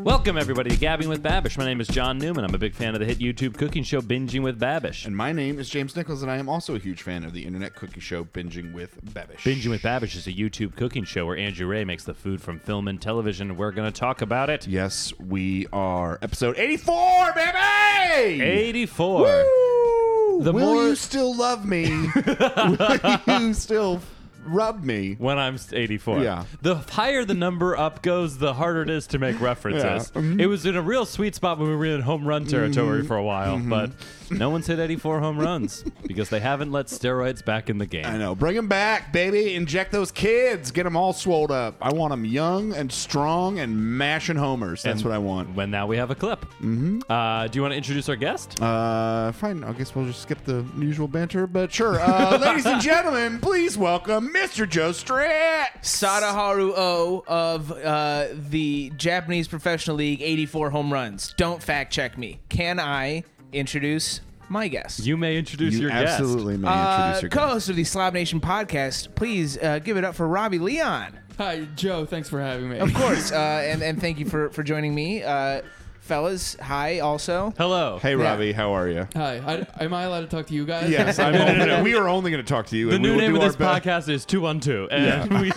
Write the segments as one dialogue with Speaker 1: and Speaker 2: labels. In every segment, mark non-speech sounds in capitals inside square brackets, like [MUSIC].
Speaker 1: Welcome, everybody, to Gabbing with Babish. My name is John Newman. I'm a big fan of the hit YouTube cooking show Binging with Babish.
Speaker 2: And my name is James Nichols, and I am also a huge fan of the internet cooking show Binging with Bebish.
Speaker 1: Binging with Babish is a YouTube cooking show where Andrew Ray makes the food from film and television. We're going to talk about it.
Speaker 2: Yes, we are episode 84, baby!
Speaker 1: 84.
Speaker 2: Woo!
Speaker 1: The
Speaker 2: Will
Speaker 1: more-
Speaker 2: you still
Speaker 1: [LAUGHS]
Speaker 2: love me? Will you still rub me?
Speaker 1: When I'm s- 84.
Speaker 2: Yeah.
Speaker 1: The higher the number up goes, the harder it is to make references.
Speaker 2: Yeah. Mm-hmm.
Speaker 1: It was in a real sweet spot when we were in home run territory for a while,
Speaker 2: Mm-hmm.
Speaker 1: but no one's hit 84 home
Speaker 2: [LAUGHS]
Speaker 1: runs because they haven't let steroids back in the game.
Speaker 2: I know. Bring them back, baby. Inject those kids. Get them all swolled up. I want them young and strong and mashing homers. That's what I want.
Speaker 1: When now we have a clip. Mm-hmm. Uh, do you want to introduce our guest?
Speaker 2: Uh, fine. I guess we'll just skip the usual banter, but sure. [LAUGHS] Uh, ladies and gentlemen, please welcome Mr. Joe Strat.
Speaker 3: Sadaharu O of uh, the Japanese Professional League 84 home runs. Don't fact check me. Can I introduce my guest?
Speaker 1: You may introduce your
Speaker 2: absolutely may
Speaker 3: uh,
Speaker 2: introduce your guest.
Speaker 3: co-host of the Slob Nation podcast. Please uh, give it up for Robbie Leon,
Speaker 4: Hi, Joe. Thanks for having me.
Speaker 3: of course, uh, and and thank you for for joining me, uh, fellas. Hi, also.
Speaker 1: guest. Hello.
Speaker 2: Hey,
Speaker 3: Yeah.
Speaker 2: Robbie, how are you?
Speaker 4: [LAUGHS] Hi. I, am I allowed to talk to you guys?
Speaker 2: Yes, I'm no, no, no. we are only going to talk to you.
Speaker 1: The
Speaker 2: and we
Speaker 1: new
Speaker 2: will
Speaker 1: name of
Speaker 2: do our
Speaker 1: this
Speaker 2: best-
Speaker 1: podcast is 212, and [LAUGHS] we,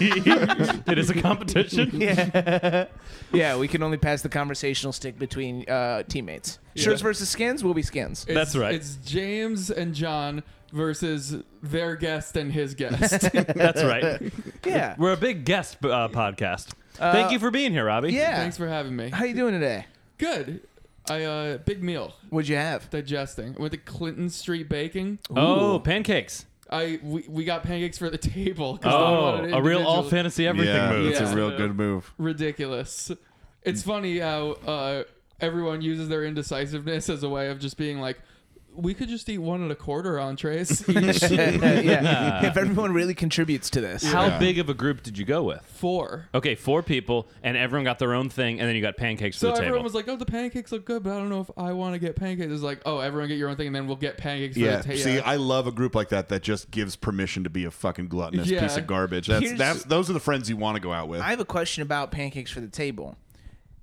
Speaker 1: it is a
Speaker 2: [LAUGHS]
Speaker 1: competition.
Speaker 3: Yeah, we can only pass the conversational stick between uh, teammates. Shirts versus skins. We'll be skins.
Speaker 4: It's-
Speaker 1: That's right.
Speaker 4: It's James and John versus their guest and his
Speaker 1: [LAUGHS]
Speaker 4: guest.
Speaker 1: That's right.
Speaker 3: Yeah.
Speaker 1: We're a big guest uh, podcast. Thank you for being here, Robbie.
Speaker 3: Yeah.
Speaker 4: Thanks for having me.
Speaker 3: How you doing today?
Speaker 4: Good. I uh big meal
Speaker 3: What'd you have?
Speaker 4: digesting. Went to Clinton Street Baking.
Speaker 1: Oh, pancakes.
Speaker 4: I we, we got pancakes for the table. 'cause I
Speaker 1: Oh,
Speaker 4: wanted it
Speaker 1: a real all
Speaker 4: individually.
Speaker 1: fantasy everything
Speaker 2: yeah,
Speaker 1: move.
Speaker 2: It's
Speaker 4: Yeah.
Speaker 2: a real good move.
Speaker 4: ridiculous. It's funny how uh, everyone uses their indecisiveness as a way of just being like, we could just eat one and a quarter entrees.
Speaker 1: [LAUGHS]
Speaker 4: each."
Speaker 3: [LAUGHS] yeah. If everyone really contributes to this.
Speaker 1: How
Speaker 2: Yeah.
Speaker 1: big of a group did you go with?
Speaker 4: Four.
Speaker 1: Okay, four people, and everyone got their own thing, and then you got pancakes
Speaker 4: So
Speaker 1: for the
Speaker 4: everyone
Speaker 1: table.
Speaker 4: was like, "Oh, the pancakes look good, but I don't know if I want to get pancakes." It's like, "Oh, everyone get your own thing, and then we'll get pancakes."
Speaker 2: Yeah.
Speaker 4: for the ta-
Speaker 2: See, I love a group like that that just gives permission to be a fucking gluttonous
Speaker 4: Yeah.
Speaker 2: piece of garbage. That's
Speaker 3: Here's-
Speaker 2: that's those are the friends you want to go out with.
Speaker 3: I have a question about pancakes for the table.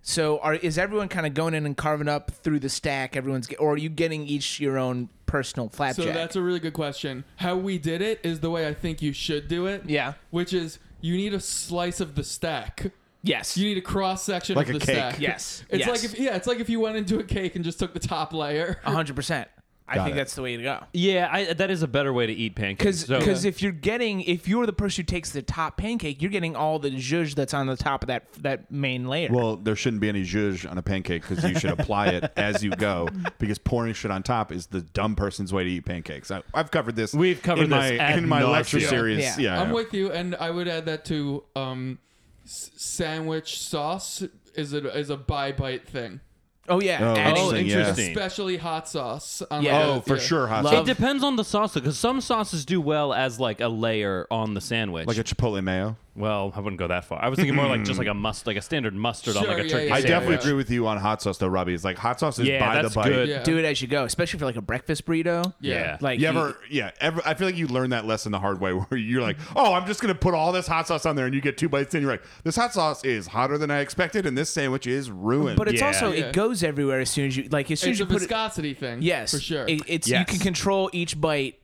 Speaker 3: So, are is everyone kind of going in and carving up through the stack? Everyone's, get, or are you getting each your own personal
Speaker 4: so
Speaker 3: flapjack?
Speaker 4: that's a really good question. How we did it is the way I think you should do it.
Speaker 3: Yeah.
Speaker 4: which is you need a slice of the stack.
Speaker 3: yes.
Speaker 4: You need a cross section
Speaker 2: Like
Speaker 4: of
Speaker 2: a
Speaker 4: the
Speaker 2: cake.
Speaker 4: stack.
Speaker 3: Yes,
Speaker 4: [LAUGHS] it's
Speaker 3: yes.
Speaker 4: like if yeah, it's like if you went into a cake and just took the top layer.
Speaker 2: Oh,
Speaker 3: hundred percent. I
Speaker 2: Got
Speaker 3: think
Speaker 2: it.
Speaker 3: that's the way to go.
Speaker 1: yeah, I, that is a better way to eat pancakes.
Speaker 3: Because
Speaker 1: So,
Speaker 3: if you're getting if you're the person who takes the top pancake, you're getting all the zhuzh that's on the top of that that main layer.
Speaker 2: Well, there shouldn't be any zhuzh on a pancake because you should apply
Speaker 1: [LAUGHS]
Speaker 2: it as you go because pouring shit on top is the dumb person's way to eat pancakes. I, I've covered this.
Speaker 1: We've covered
Speaker 2: in
Speaker 1: this
Speaker 2: my,
Speaker 1: ad
Speaker 2: in my lecture
Speaker 1: nauseam.
Speaker 2: series.
Speaker 3: Yeah.
Speaker 2: Yeah,
Speaker 4: I'm with you, and I would add that to um, s- sandwich sauce is a is a buy bite thing,
Speaker 3: oh yeah,
Speaker 2: Oh,
Speaker 3: adding-
Speaker 1: oh,
Speaker 2: Interesting, yeah.
Speaker 1: interesting.
Speaker 4: especially hot sauce. On
Speaker 3: Yeah.
Speaker 4: the-
Speaker 2: Oh, for
Speaker 4: yeah.
Speaker 2: sure, hot
Speaker 3: Love-
Speaker 1: It depends on the sauce, because some sauces do well as like a layer on the sandwich.
Speaker 2: like a chipotle mayo.
Speaker 1: well, I wouldn't go that far. I was thinking more like just like a must, like a standard mustard on
Speaker 4: Sure,
Speaker 1: like a
Speaker 4: yeah,
Speaker 1: turkey
Speaker 4: yeah,
Speaker 2: I
Speaker 4: yeah.
Speaker 1: sandwich.
Speaker 2: definitely agree with you on hot sauce though, Robbie. It's like hot sauce is
Speaker 1: Yeah,
Speaker 2: by
Speaker 1: that's
Speaker 2: the bite.
Speaker 1: good.
Speaker 4: Yeah.
Speaker 3: do it as you go, especially for like a breakfast burrito.
Speaker 1: Yeah.
Speaker 3: like
Speaker 2: You ever, yeah, ever, I feel like you learn that lesson the hard way [LAUGHS] where you're like, oh, I'm just going to put all this hot sauce on there and you get two bites in. You're like, this hot sauce is hotter than I expected and this sandwich is ruined.
Speaker 3: but it's
Speaker 1: Yeah.
Speaker 3: also
Speaker 4: Yeah.
Speaker 3: it goes everywhere as soon as you like as soon
Speaker 4: It's
Speaker 3: as
Speaker 4: a
Speaker 3: you put it.
Speaker 4: viscosity thing.
Speaker 3: Yes,
Speaker 4: for sure.
Speaker 3: It, it's you
Speaker 1: Yes.
Speaker 3: can control each bite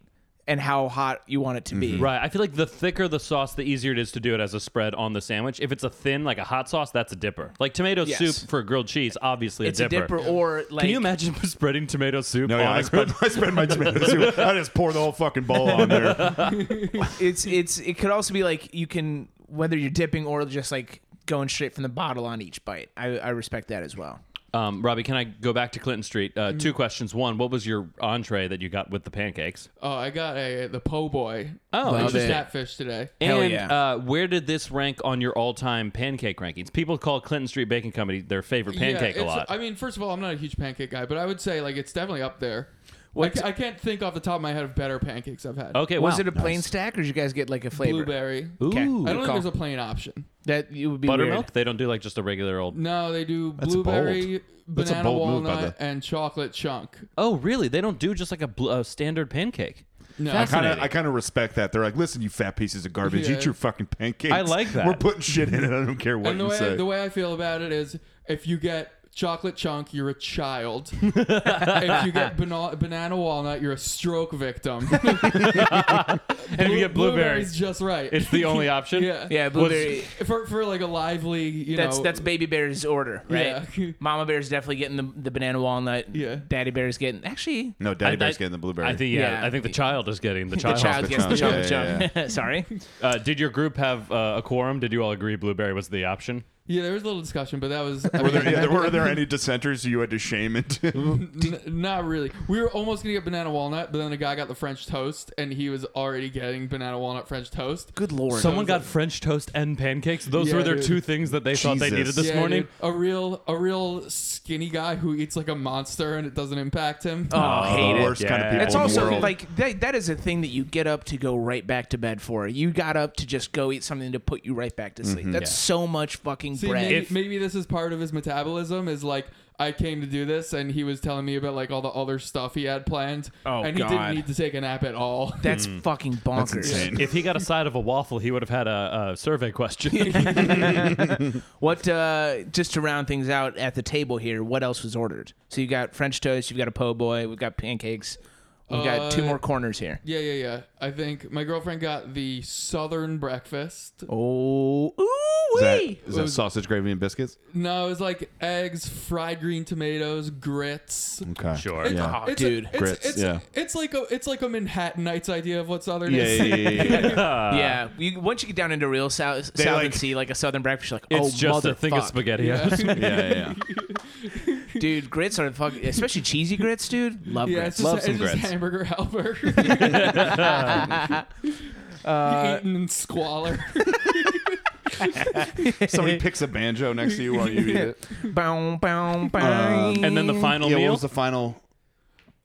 Speaker 3: and how hot you want it to
Speaker 2: Mm-hmm.
Speaker 3: be.
Speaker 1: Right. I feel like the thicker the sauce, the easier it is to do it as a spread on the sandwich. If it's a thin, like a hot sauce, that's a dipper. Like tomato
Speaker 3: Yes.
Speaker 1: soup for grilled cheese, obviously
Speaker 3: It's a dipper or like
Speaker 1: Can you imagine [LAUGHS] spreading tomato soup
Speaker 2: no,
Speaker 1: on
Speaker 2: yeah, I
Speaker 1: a grilled
Speaker 2: spread, [LAUGHS] I spread my tomato soup. I just pour the whole fucking bowl on there.
Speaker 3: it's it's it could also be like you can whether you're dipping or just like going straight from the bottle on each bite. I, I respect that as well.
Speaker 1: Um, Robbie, can I go back to Clinton Street? Uh,
Speaker 3: Mm.
Speaker 1: Two questions. One, what was your entree that you got with the pancakes?
Speaker 4: Oh, I got a the po' boy.
Speaker 1: Oh,
Speaker 4: which is
Speaker 3: interesting.
Speaker 4: catfish today.
Speaker 3: Hell
Speaker 1: and
Speaker 3: yeah.
Speaker 1: uh, where did this rank on your all-time pancake rankings? People call Clinton Street Baking Company their favorite pancake
Speaker 4: Yeah,
Speaker 1: a
Speaker 4: it's-
Speaker 1: lot.
Speaker 4: I mean, first of all, I'm not a huge pancake guy, but I would say like it's definitely up there. I, ca- I can't think off the top of my head of better pancakes I've had.
Speaker 1: okay,
Speaker 3: Was
Speaker 1: wow.
Speaker 3: it a plain stack or did you guys get like a flavor?
Speaker 4: blueberry.
Speaker 1: Ooh,
Speaker 3: Okay.
Speaker 4: I
Speaker 3: Good
Speaker 4: don't
Speaker 3: call.
Speaker 4: think there's a plain option.
Speaker 3: That it would be
Speaker 1: buttermilk?
Speaker 3: weird.
Speaker 1: They don't do like just a regular old.
Speaker 4: No, they do
Speaker 2: That's
Speaker 4: blueberry,
Speaker 2: That's a
Speaker 4: banana
Speaker 2: bold move by
Speaker 4: walnut, and chocolate chunk.
Speaker 1: Oh, really? They don't do just like a, bl- a standard pancake.
Speaker 4: No.
Speaker 2: I kind
Speaker 1: [LAUGHS]
Speaker 2: of
Speaker 1: Fascinating.
Speaker 2: I kind of respect that. They're like, listen, you fat pieces of garbage,
Speaker 4: Yeah.
Speaker 2: eat your fucking pancakes.
Speaker 1: I like that.
Speaker 2: We're putting shit in it. I don't care what
Speaker 4: and the
Speaker 2: you
Speaker 4: way
Speaker 2: say.
Speaker 4: the way I feel about it is if you get chocolate chunk, you're a child. if you get bana- banana walnut, you're a stroke victim.
Speaker 1: And [LAUGHS] if you get
Speaker 4: blueberries,
Speaker 1: blueberries,
Speaker 4: just right.
Speaker 1: it's the only option.
Speaker 4: [LAUGHS] yeah.
Speaker 3: Yeah, blueberry.
Speaker 4: For, for like a lively, you
Speaker 3: That's
Speaker 4: know.
Speaker 3: that's baby bear's order, right?
Speaker 4: Yeah.
Speaker 3: Mama bear's definitely getting the, the banana walnut.
Speaker 4: Yeah.
Speaker 3: Daddy bear's getting actually
Speaker 2: No, Daddy
Speaker 1: I-
Speaker 2: Bear's
Speaker 1: I-
Speaker 2: getting the blueberry.
Speaker 1: I think yeah,
Speaker 3: Yeah.
Speaker 1: I think the child is getting the
Speaker 3: the
Speaker 1: child.
Speaker 3: child gets the
Speaker 2: chunk.
Speaker 3: chocolate
Speaker 2: Yeah, yeah,
Speaker 3: chunk. [LAUGHS] Sorry.
Speaker 1: Uh, did your group have uh, a quorum? Did you all agree blueberry was the option?
Speaker 4: yeah, there was a little discussion, but that was. I
Speaker 2: were, there,
Speaker 4: mean, [LAUGHS]
Speaker 2: yeah, there- were there any dissenters you had to shame into?
Speaker 4: N- not really. We were almost gonna get banana walnut, but then the guy got the French toast, and he was already getting banana walnut French toast.
Speaker 3: Good lord.
Speaker 1: Someone got French toast and pancakes. Those
Speaker 4: Yeah,
Speaker 1: were their
Speaker 4: dude.
Speaker 1: two things that they thought they
Speaker 2: Jesus.
Speaker 1: needed this
Speaker 4: Yeah,
Speaker 1: morning.
Speaker 4: dude. a real, a real skinny guy who eats like a monster, and it doesn't impact him.
Speaker 3: oh, hate it.
Speaker 2: worst kind of
Speaker 1: Yeah.
Speaker 2: people
Speaker 1: That's
Speaker 3: That's
Speaker 2: in the
Speaker 3: also
Speaker 2: world.
Speaker 3: like that, that is a thing that you get up to go right back to bed for. You got up to just go eat something to put you right back to
Speaker 2: Mm-hmm.
Speaker 3: sleep. That's so much fucking
Speaker 4: See,
Speaker 3: bread.
Speaker 4: maybe, maybe this is part of his metabolism. Is like I came to do this, and he was telling me about like all the other stuff he had planned,
Speaker 3: Oh,
Speaker 4: and he
Speaker 3: God.
Speaker 4: didn't need to take a nap at all. [LAUGHS]
Speaker 3: That's fucking bonkers.
Speaker 2: Mm-hmm. insane.
Speaker 1: If he got a side of a waffle, he would have had a, a survey [LAUGHS] question.
Speaker 3: What uh, just to round things out at the table here? What else was ordered? So you got French toast, you've got a po' boy, we've got pancakes, we've got two
Speaker 4: Uh,
Speaker 3: more corners here.
Speaker 4: Yeah, yeah, yeah. I think my girlfriend got the southern breakfast.
Speaker 3: Oh, ooh
Speaker 2: Is that,
Speaker 3: wee!
Speaker 2: is that sausage gravy and biscuits?
Speaker 4: No, it was like eggs, fried green tomatoes, grits.
Speaker 2: Okay.
Speaker 1: Sure.
Speaker 2: Yeah.
Speaker 3: Oh, dude.
Speaker 4: it's,
Speaker 2: Grits,
Speaker 4: it's,
Speaker 2: yeah.
Speaker 4: it's like a it's like a Manhattanite's idea of what
Speaker 2: [LAUGHS]
Speaker 4: Southern
Speaker 2: Yeah,
Speaker 4: is.
Speaker 2: yeah, yeah, yeah, yeah.
Speaker 3: yeah, you, once you get down into real South, South
Speaker 2: like-
Speaker 3: and see like a Southern breakfast, you're like,
Speaker 1: It's
Speaker 3: oh,
Speaker 1: just a thing of
Speaker 3: motherfuck.
Speaker 1: spaghetti. [LAUGHS]
Speaker 2: yeah, yeah,
Speaker 3: dude. Grits are fucking, especially cheesy grits, dude. Love
Speaker 4: [LAUGHS] Yeah,
Speaker 3: grits.
Speaker 4: it's just,
Speaker 2: Love
Speaker 4: it's
Speaker 2: some
Speaker 4: just
Speaker 2: grits.
Speaker 4: hamburger
Speaker 2: [LAUGHS]
Speaker 3: [LAUGHS]
Speaker 4: helper. [LAUGHS] Eating in squalor.
Speaker 2: yeah. Somebody picks a banjo next to you while you eat it.
Speaker 3: Bow, bow, bow.
Speaker 1: And then the final
Speaker 2: Yeah, what
Speaker 1: meal.
Speaker 2: was the final?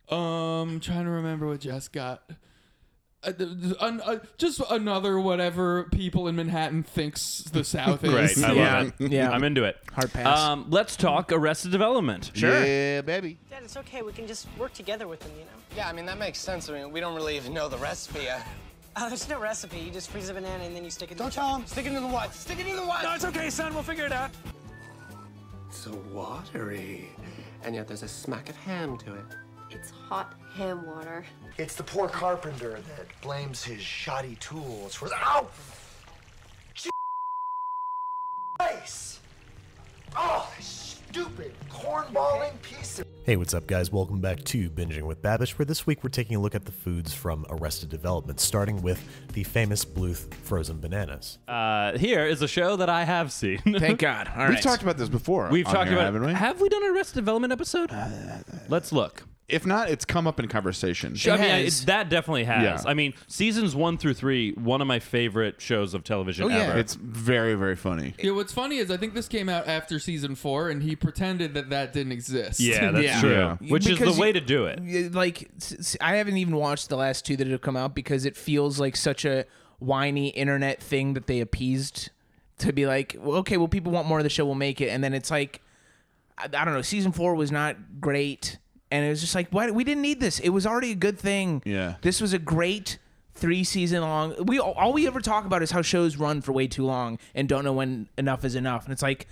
Speaker 4: um, trying to remember what Jess got. Uh, th- th- an- uh, just another whatever people in Manhattan thinks
Speaker 1: [LAUGHS]
Speaker 4: the South is.
Speaker 1: Great. I love
Speaker 3: Yeah.
Speaker 1: it.
Speaker 3: Yeah.
Speaker 1: I'm into it.
Speaker 3: Hard pass.
Speaker 1: Um, let's talk Arrested Development.
Speaker 2: Yeah, baby.
Speaker 5: Dad, it's okay. We can just work together with them, you know?
Speaker 6: Yeah, I mean, that makes sense. I mean, we don't really even know the recipe. Uh,
Speaker 5: Oh, [LAUGHS] there's no recipe. You just freeze a banana and then you stick it in
Speaker 6: don't
Speaker 5: the
Speaker 6: tell him. Stick it in the what? Stick it in the what?
Speaker 5: it's okay, son. We'll figure it out.
Speaker 6: so watery. And yet there's a smack of ham to it.
Speaker 7: It's hot ham water.
Speaker 8: It's the poor carpenter that blames his shoddy tools for the. Ow! Je- Face! Oh, this stupid cornballing piece of.
Speaker 9: Hey, what's up, guys? Welcome back to Binging with Babish, where this week we're taking a look at the foods from Arrested Development, starting with the famous Bluth frozen bananas.
Speaker 1: Uh, here is a show that I have seen. [LAUGHS]
Speaker 3: Thank God. All
Speaker 2: We've
Speaker 3: right.
Speaker 2: talked about this before.
Speaker 1: We've
Speaker 2: on
Speaker 1: talked
Speaker 2: here,
Speaker 1: about.
Speaker 2: haven't we?
Speaker 1: Have we done an Arrested Development episode? Let's look.
Speaker 2: If not, it's come up in conversation.
Speaker 1: I mean, I-
Speaker 3: has.
Speaker 1: it- that definitely has.
Speaker 2: Yeah.
Speaker 1: I mean, seasons one through three, one of my favorite shows of television
Speaker 3: yeah.
Speaker 1: ever.
Speaker 2: It's very, very funny.
Speaker 4: [LAUGHS] Yeah, what's funny is I think this came out after season four, and he pretended that that didn't exist. [LAUGHS]
Speaker 1: yeah, that's
Speaker 3: Yeah.
Speaker 1: true.
Speaker 2: Yeah.
Speaker 1: Which is
Speaker 3: Because
Speaker 1: the way
Speaker 3: you-
Speaker 1: to do it.
Speaker 3: Yeah, like s- s- I haven't even watched the last two that have come out because it feels like such a whiny internet thing that they appeased to be like, well, okay, well, people want more of the show, we'll make it, and then it's like, I, I don't know, season four was not great, and it was just like, why we didn't need this? It was already a good thing.
Speaker 2: Yeah.
Speaker 3: this was a great three season long. We all all we ever talk about is how shows run for way too long and don't know when enough is enough, and it's like.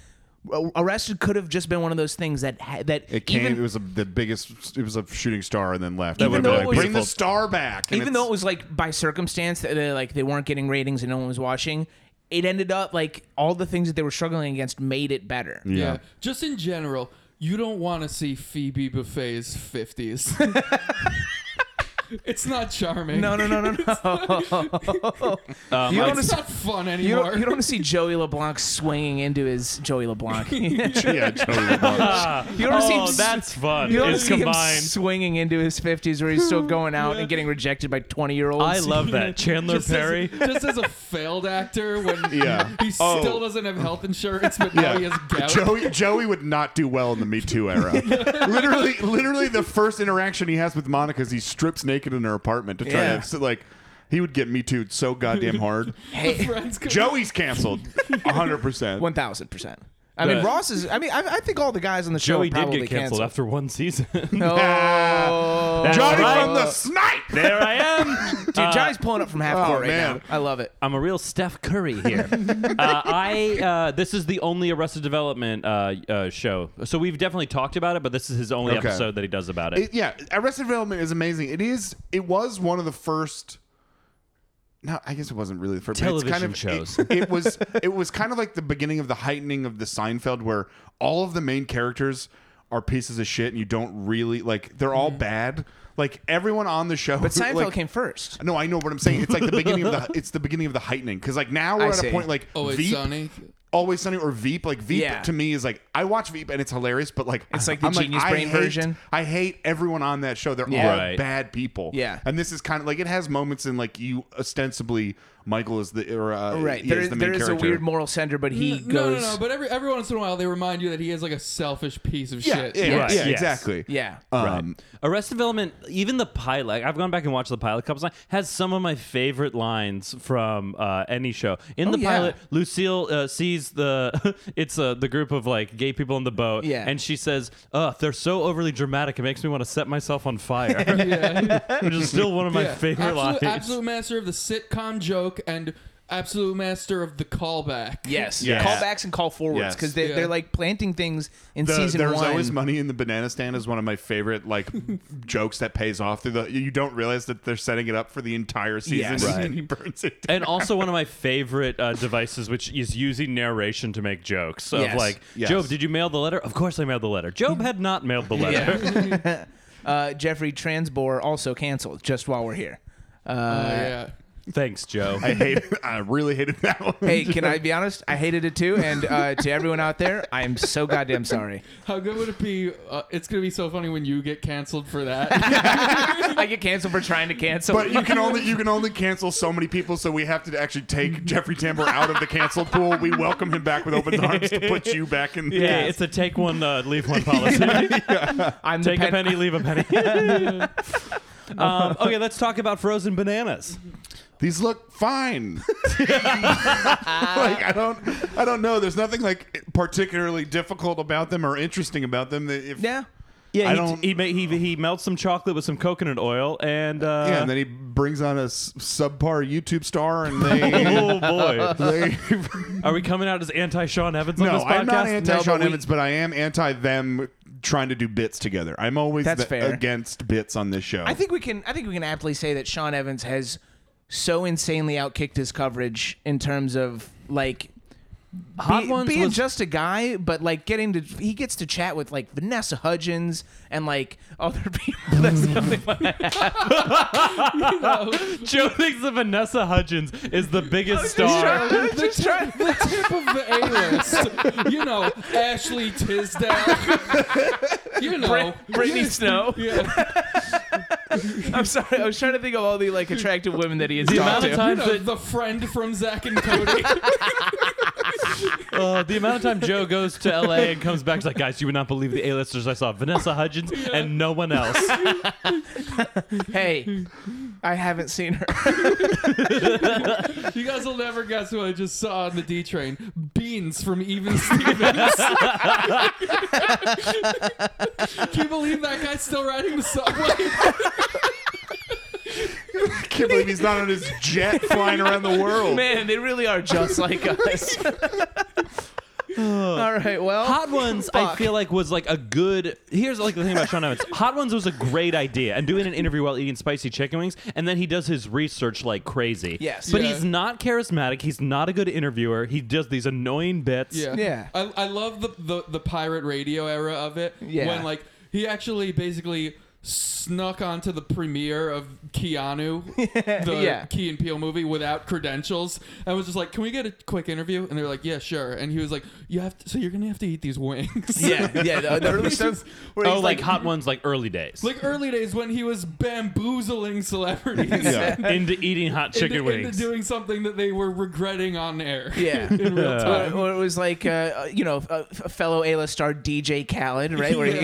Speaker 3: Ar- Arrested could have just been one of those things that ha- that
Speaker 2: It came.
Speaker 3: even
Speaker 2: it was a, the biggest. It was a shooting star, and then left.
Speaker 1: That
Speaker 2: And
Speaker 1: would've
Speaker 2: they're
Speaker 1: been
Speaker 2: like, bring
Speaker 1: beautiful.
Speaker 2: the star back. And
Speaker 3: even though it was like by circumstance that they like they weren't getting ratings and no one was watching it ended up like all the things that they were struggling against made it better
Speaker 4: Yeah. Just in general, you don't want to see Phoebe
Speaker 1: [LAUGHS]
Speaker 4: Buffet's 50s. it's not charming.
Speaker 3: no no no no
Speaker 1: [LAUGHS]
Speaker 3: no you, don't wanna
Speaker 4: It's
Speaker 3: see,
Speaker 4: not fun
Speaker 3: you,
Speaker 4: anymore.
Speaker 3: don't, [LAUGHS] you don't want to see joey leblanc swinging into his
Speaker 1: [LAUGHS]
Speaker 3: joey leblanc you don't
Speaker 2: [LAUGHS] yeah, totally.
Speaker 3: wanna see him
Speaker 1: oh,
Speaker 3: s-
Speaker 1: that's fun.
Speaker 3: you don't wanna
Speaker 1: It's
Speaker 3: see him
Speaker 1: combined.
Speaker 3: swinging into his 50s where he's still going out and getting rejected by 20 year olds
Speaker 1: I love
Speaker 3: [LAUGHS]
Speaker 1: that. Chandler
Speaker 4: Just as- [LAUGHS]
Speaker 1: Perry.
Speaker 4: just As, a failed
Speaker 1: [LAUGHS]
Speaker 4: actor when
Speaker 2: Yeah.
Speaker 4: he
Speaker 2: Oh.
Speaker 4: still doesn't have health insurance, but now he has gout.
Speaker 2: Joey Joey would not do well in the Me Too era. literally, literally, the first interaction he has with Monica is he strips naked in her apartment to try
Speaker 3: Yeah.
Speaker 2: to so, like. He would get Me Too so goddamn hard.
Speaker 4: The friends come-
Speaker 2: Joey's canceled, hundred percent.
Speaker 3: 1000% I mean,
Speaker 1: But-
Speaker 3: Ross is. I mean, I, I think all the guys on the show
Speaker 1: Joey did
Speaker 3: probably
Speaker 1: get canceled, [LAUGHS] after one season.
Speaker 3: Oh,
Speaker 1: That's
Speaker 2: Johnny
Speaker 1: right.
Speaker 2: from the Snipe.
Speaker 1: there I am.
Speaker 3: dude, Johnny's pulling up from half
Speaker 2: oh,
Speaker 3: court right
Speaker 2: man.
Speaker 3: now. I love it.
Speaker 1: I'm a real Steph Curry here. uh, I uh, this is the only Arrested Development uh, uh, show, so we've definitely talked about it, but this is his only
Speaker 2: Okay.
Speaker 1: episode that he does about it.
Speaker 2: It- yeah, Arrested Development is amazing. It is. It was one of the first. No, I guess it wasn't really the first. but it's kind
Speaker 1: Television
Speaker 2: of,
Speaker 1: shows.
Speaker 2: It, it was. It was kind of like the beginning of the heightening of the Seinfeld, where all of the main characters are pieces of shit, and you don't really like. They're all bad. Like everyone on the show,
Speaker 3: But Seinfeld
Speaker 2: like-
Speaker 3: came first.
Speaker 2: No, I know what I'm saying. It's like the beginning of
Speaker 3: [LAUGHS]
Speaker 2: the. It's the beginning of the heightening because like now we're
Speaker 3: I
Speaker 2: at
Speaker 3: see.
Speaker 2: a point like
Speaker 4: Oh, it's
Speaker 2: Veep,
Speaker 4: Sunny.
Speaker 2: Always Sunny or Veep. Like Veep
Speaker 3: Yeah.
Speaker 2: to me is like I watch Veep and it's hilarious, but like
Speaker 3: It's like the Genius
Speaker 2: I
Speaker 3: Brain
Speaker 2: hate-
Speaker 3: version.
Speaker 2: I hate everyone on that show. They're
Speaker 3: Yeah.
Speaker 2: all
Speaker 1: Right.
Speaker 2: bad people.
Speaker 3: Yeah.
Speaker 2: and this is kind of like it has moments in like you ostensibly Michael is the or uh,
Speaker 3: Right.
Speaker 2: he
Speaker 3: There
Speaker 2: is
Speaker 3: is,
Speaker 2: the main
Speaker 3: there is a
Speaker 2: character.
Speaker 3: weird moral center, but he
Speaker 4: N- no, no,
Speaker 3: goes.
Speaker 4: no. But every every once in a while, they remind you that he is like a selfish piece of
Speaker 2: yeah,
Speaker 4: shit.
Speaker 2: yeah,
Speaker 1: Right.
Speaker 2: yeah,
Speaker 1: Yes.
Speaker 2: exactly.
Speaker 3: yeah.
Speaker 2: Um,
Speaker 1: Arrested Development, even the pilot, I've gone back and watched the pilot a couple times, has some of my favorite lines from uh, any show. In
Speaker 3: Oh,
Speaker 1: the
Speaker 3: yeah.
Speaker 1: pilot, Lucille uh, sees the [LAUGHS] it's uh, the group of like gay people in the boat,
Speaker 3: Yeah.
Speaker 1: and she says, "Ugh, they're so overly dramatic. It makes me want to set myself on fire," [LAUGHS] which is still one of my
Speaker 4: Yeah.
Speaker 1: favorite
Speaker 4: absolute,
Speaker 1: lines.
Speaker 4: Absolute master of the sitcom joke and absolute master of the callback.
Speaker 3: Yes.
Speaker 2: Yes.
Speaker 3: Callbacks and call forwards
Speaker 2: Yes.
Speaker 3: because they,
Speaker 4: Yeah.
Speaker 3: they're like planting things in
Speaker 2: the-
Speaker 3: season
Speaker 2: there's
Speaker 3: one.
Speaker 2: always money in the banana stand is one of my favorite like
Speaker 3: [LAUGHS]
Speaker 2: jokes that pays off through the you don't realize that they're setting it up for the entire season
Speaker 3: Yes.
Speaker 2: [LAUGHS] and he burns it down.
Speaker 1: and also one of my favorite uh, devices, which is using narration to make jokes of
Speaker 3: Yes.
Speaker 1: like,
Speaker 2: Yes.
Speaker 1: "Job, did you mail the letter?" Of course, I mailed the letter. Job had not mailed the letter.
Speaker 3: uh, Jeffrey Transbor also canceled. Just while we're here.
Speaker 4: Uh, yeah.
Speaker 1: [LAUGHS] Thanks, Joe.
Speaker 2: I hate I really hated that one.
Speaker 3: Hey, can I be honest? I hated it too. And uh, to everyone out there, I'm so goddamn sorry.
Speaker 4: How good would it be? Uh, it's gonna be so funny when you get canceled for that.
Speaker 3: I get canceled for trying to cancel.
Speaker 2: But you can only you can only cancel so many people, so we have to actually take Jeffrey Tambor out of the cancel pool. We welcome him back with open arms to put you back in.
Speaker 1: [LAUGHS]
Speaker 2: The,
Speaker 1: Yeah, it's a take one, uh, leave one [LAUGHS] policy.
Speaker 3: I'm the
Speaker 1: take a
Speaker 3: pen-
Speaker 1: penny, leave a penny. [LAUGHS] um, okay, let's talk about frozen bananas.
Speaker 2: These look
Speaker 3: [LAUGHS]
Speaker 2: fine. like I don't I don't know. There's nothing like particularly difficult about them or interesting about them. That if,
Speaker 3: Yeah.
Speaker 1: Yeah,
Speaker 2: I
Speaker 1: he,
Speaker 2: don't-
Speaker 1: he, ma- he he melts some chocolate with some coconut oil, and uh,
Speaker 2: Yeah, and then he brings on a s- subpar YouTube star, and
Speaker 3: [LAUGHS]
Speaker 2: they.
Speaker 1: oh boy, [LAUGHS]
Speaker 2: they
Speaker 1: are we coming out as anti Sean Evans on
Speaker 2: no,
Speaker 1: this podcast?
Speaker 2: I'm not anti
Speaker 3: No,
Speaker 2: Sean
Speaker 3: but we-
Speaker 2: Evans, but I am anti them trying to do bits together. I'm always
Speaker 3: That's
Speaker 2: the-
Speaker 3: fair.
Speaker 2: against bits on this show.
Speaker 3: I think we can. I think we can aptly say that Sean Evans has so insanely outkicked his coverage in terms of like
Speaker 1: Hot
Speaker 3: be-
Speaker 1: ones
Speaker 3: being
Speaker 1: was-
Speaker 3: just a guy, but like getting to he gets to chat with like Vanessa Hudgens and like other [LAUGHS] people. That's the only one.
Speaker 1: Joe thinks that Vanessa Hudgens is the [LAUGHS] biggest
Speaker 3: Just
Speaker 1: star.
Speaker 3: trying- just trying-
Speaker 4: the tip of the A list. You know, Ashley Tisdale. You know,
Speaker 3: [LAUGHS] Brittany Snow.
Speaker 4: Yeah.
Speaker 3: I'm sorry. I was trying to think of all the like attractive women that he has
Speaker 1: The amount
Speaker 3: talked
Speaker 1: of
Speaker 3: to.
Speaker 1: times
Speaker 4: You know,
Speaker 1: that
Speaker 4: the friend from Zach
Speaker 1: [LAUGHS]
Speaker 4: and Cody.
Speaker 1: Uh, the amount of time Joe goes to LA and comes back, he's like, guys, you would not believe the A-listers I saw. Vanessa Hudgens and no one else.
Speaker 3: Hey, I haven't seen her.
Speaker 4: You guys will never guess who I just saw on the D train. Beans from Even Stevens. Can you believe that guy's still riding the subway?
Speaker 2: I can't believe he's not on his jet flying around the world.
Speaker 3: [LAUGHS] Man, they really are just [LAUGHS] like us. all right. Well,
Speaker 1: [LAUGHS] Hot Ones, I
Speaker 3: Fuck.
Speaker 1: feel like was like a good. Here's like the thing about Sean Evans. Hot Ones was a great idea, and doing an interview while eating spicy chicken wings, and then he does his research like crazy.
Speaker 3: Yes.
Speaker 1: but
Speaker 4: Yeah.
Speaker 1: he's not charismatic. He's not a good interviewer. He does these annoying bits.
Speaker 3: Yeah.
Speaker 4: I, I love the, the, the pirate radio era of it.
Speaker 3: Yeah.
Speaker 4: When, like, he actually basically snuck onto the premiere of
Speaker 3: [LAUGHS]
Speaker 4: Keanu, the
Speaker 3: Yeah.
Speaker 4: Key and Peele movie, without credentials. I was just like, can we get a quick interview? And they were like, yeah, sure. And he was like, you have to, so you're going to have to eat
Speaker 3: [LAUGHS]
Speaker 4: these wings.
Speaker 3: yeah, yeah. The, the [LAUGHS] early stuff where
Speaker 1: Oh,
Speaker 3: he's
Speaker 1: like, Hot Ones, like early days,
Speaker 4: Like early days when he was bamboozling celebrities
Speaker 1: into eating hot chicken
Speaker 4: into, into
Speaker 1: wings.
Speaker 4: doing something that they were regretting on air.
Speaker 3: Yeah.
Speaker 4: [LAUGHS] In real
Speaker 3: Or,
Speaker 4: time.
Speaker 3: or it was like, uh, you know, a, a fellow A-list star DJ Khaled, right? Where he, [LAUGHS]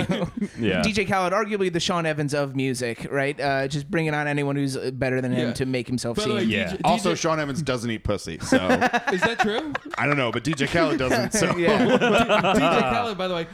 Speaker 1: Yeah.
Speaker 3: DJ Khaled, arguably the Sean Sean Evans of music, right? Uh, just bringing on anyone who's uh, better than him
Speaker 4: Yeah.
Speaker 3: to make himself
Speaker 4: By the
Speaker 3: seem.
Speaker 4: way,
Speaker 2: Yeah.
Speaker 4: DJ
Speaker 2: also, Sean Evans doesn't eat pussy, so I
Speaker 4: Is that true?
Speaker 2: don't know, but DJ Khaled doesn't. So
Speaker 3: yeah.
Speaker 4: DJ Khaled, by the way,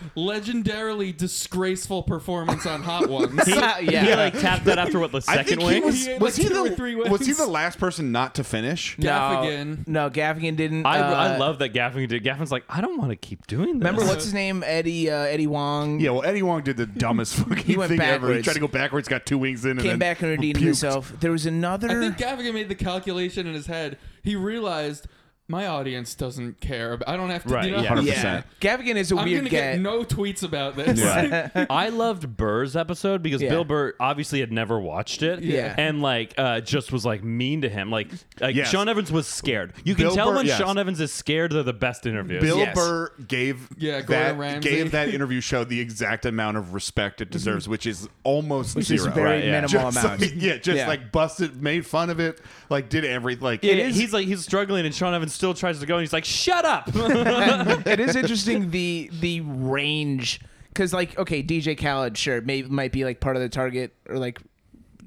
Speaker 4: legendarily disgraceful performance on Hot
Speaker 3: [LAUGHS] [LAUGHS]
Speaker 4: Ones.
Speaker 3: yeah.
Speaker 1: He like tapped that after what the
Speaker 2: I think
Speaker 1: second
Speaker 2: he
Speaker 1: wing.
Speaker 2: was,
Speaker 4: He ate
Speaker 2: was
Speaker 4: like
Speaker 2: he
Speaker 4: two or
Speaker 2: the
Speaker 4: three
Speaker 2: was he
Speaker 4: wings.
Speaker 2: the last person not to finish?
Speaker 3: No,
Speaker 4: Gaffigan.
Speaker 3: No, Gaffigan didn't.
Speaker 1: I,
Speaker 3: uh,
Speaker 1: I love that Gaffin did. Gaffin's like, I don't want to keep doing this.
Speaker 3: Remember what's his name? Eddie uh, Eddie Wong.
Speaker 2: Yeah, well, Eddie Wong did the dumbest fucking
Speaker 3: went
Speaker 2: thing ever. He
Speaker 3: backwards.
Speaker 2: tried to go backwards, got two wings in, and
Speaker 3: Came
Speaker 2: then
Speaker 3: back and redeemed
Speaker 2: puked.
Speaker 3: himself. There was another.
Speaker 4: I think Gaffigan made the calculation in his head. He realized my audience doesn't care. ab- I don't have to.
Speaker 1: Right,
Speaker 4: You know,
Speaker 1: yeah.
Speaker 4: I'm
Speaker 2: 100%.
Speaker 3: yeah, Gaffigan is a
Speaker 4: gonna
Speaker 3: weird guy.
Speaker 4: get no tweets about this. [LAUGHS]
Speaker 1: Right. I loved Burr's episode because
Speaker 3: Yeah.
Speaker 1: Bill Burr obviously had never watched it,
Speaker 3: Yeah.
Speaker 1: and like uh, just was like mean to him. Like, like
Speaker 2: Yes.
Speaker 1: Sean Evans was scared. You can
Speaker 2: Bill
Speaker 1: tell
Speaker 2: Burr-
Speaker 1: when
Speaker 2: yes.
Speaker 1: Sean Evans is scared, they're the best interviews.
Speaker 2: Bill
Speaker 3: Yes.
Speaker 2: Burr gave
Speaker 4: Yeah,
Speaker 2: that
Speaker 4: Gordon Ramsay.
Speaker 2: gave that interview show the exact amount of respect it deserves, which is almost
Speaker 3: which
Speaker 2: zero.
Speaker 3: is very
Speaker 1: Right, yeah.
Speaker 3: minimal
Speaker 2: Just
Speaker 3: amount.
Speaker 2: like- [LAUGHS] yeah, just
Speaker 3: Yeah.
Speaker 2: like busted, made fun of it, like did everything. Like
Speaker 1: Yeah, he's like he's struggling, and Sean Evans still tries to go, and he's like, "Shut up!" [LAUGHS]
Speaker 3: it is interesting the the range because like okay DJ Khaled sure may, might be like part of the target or like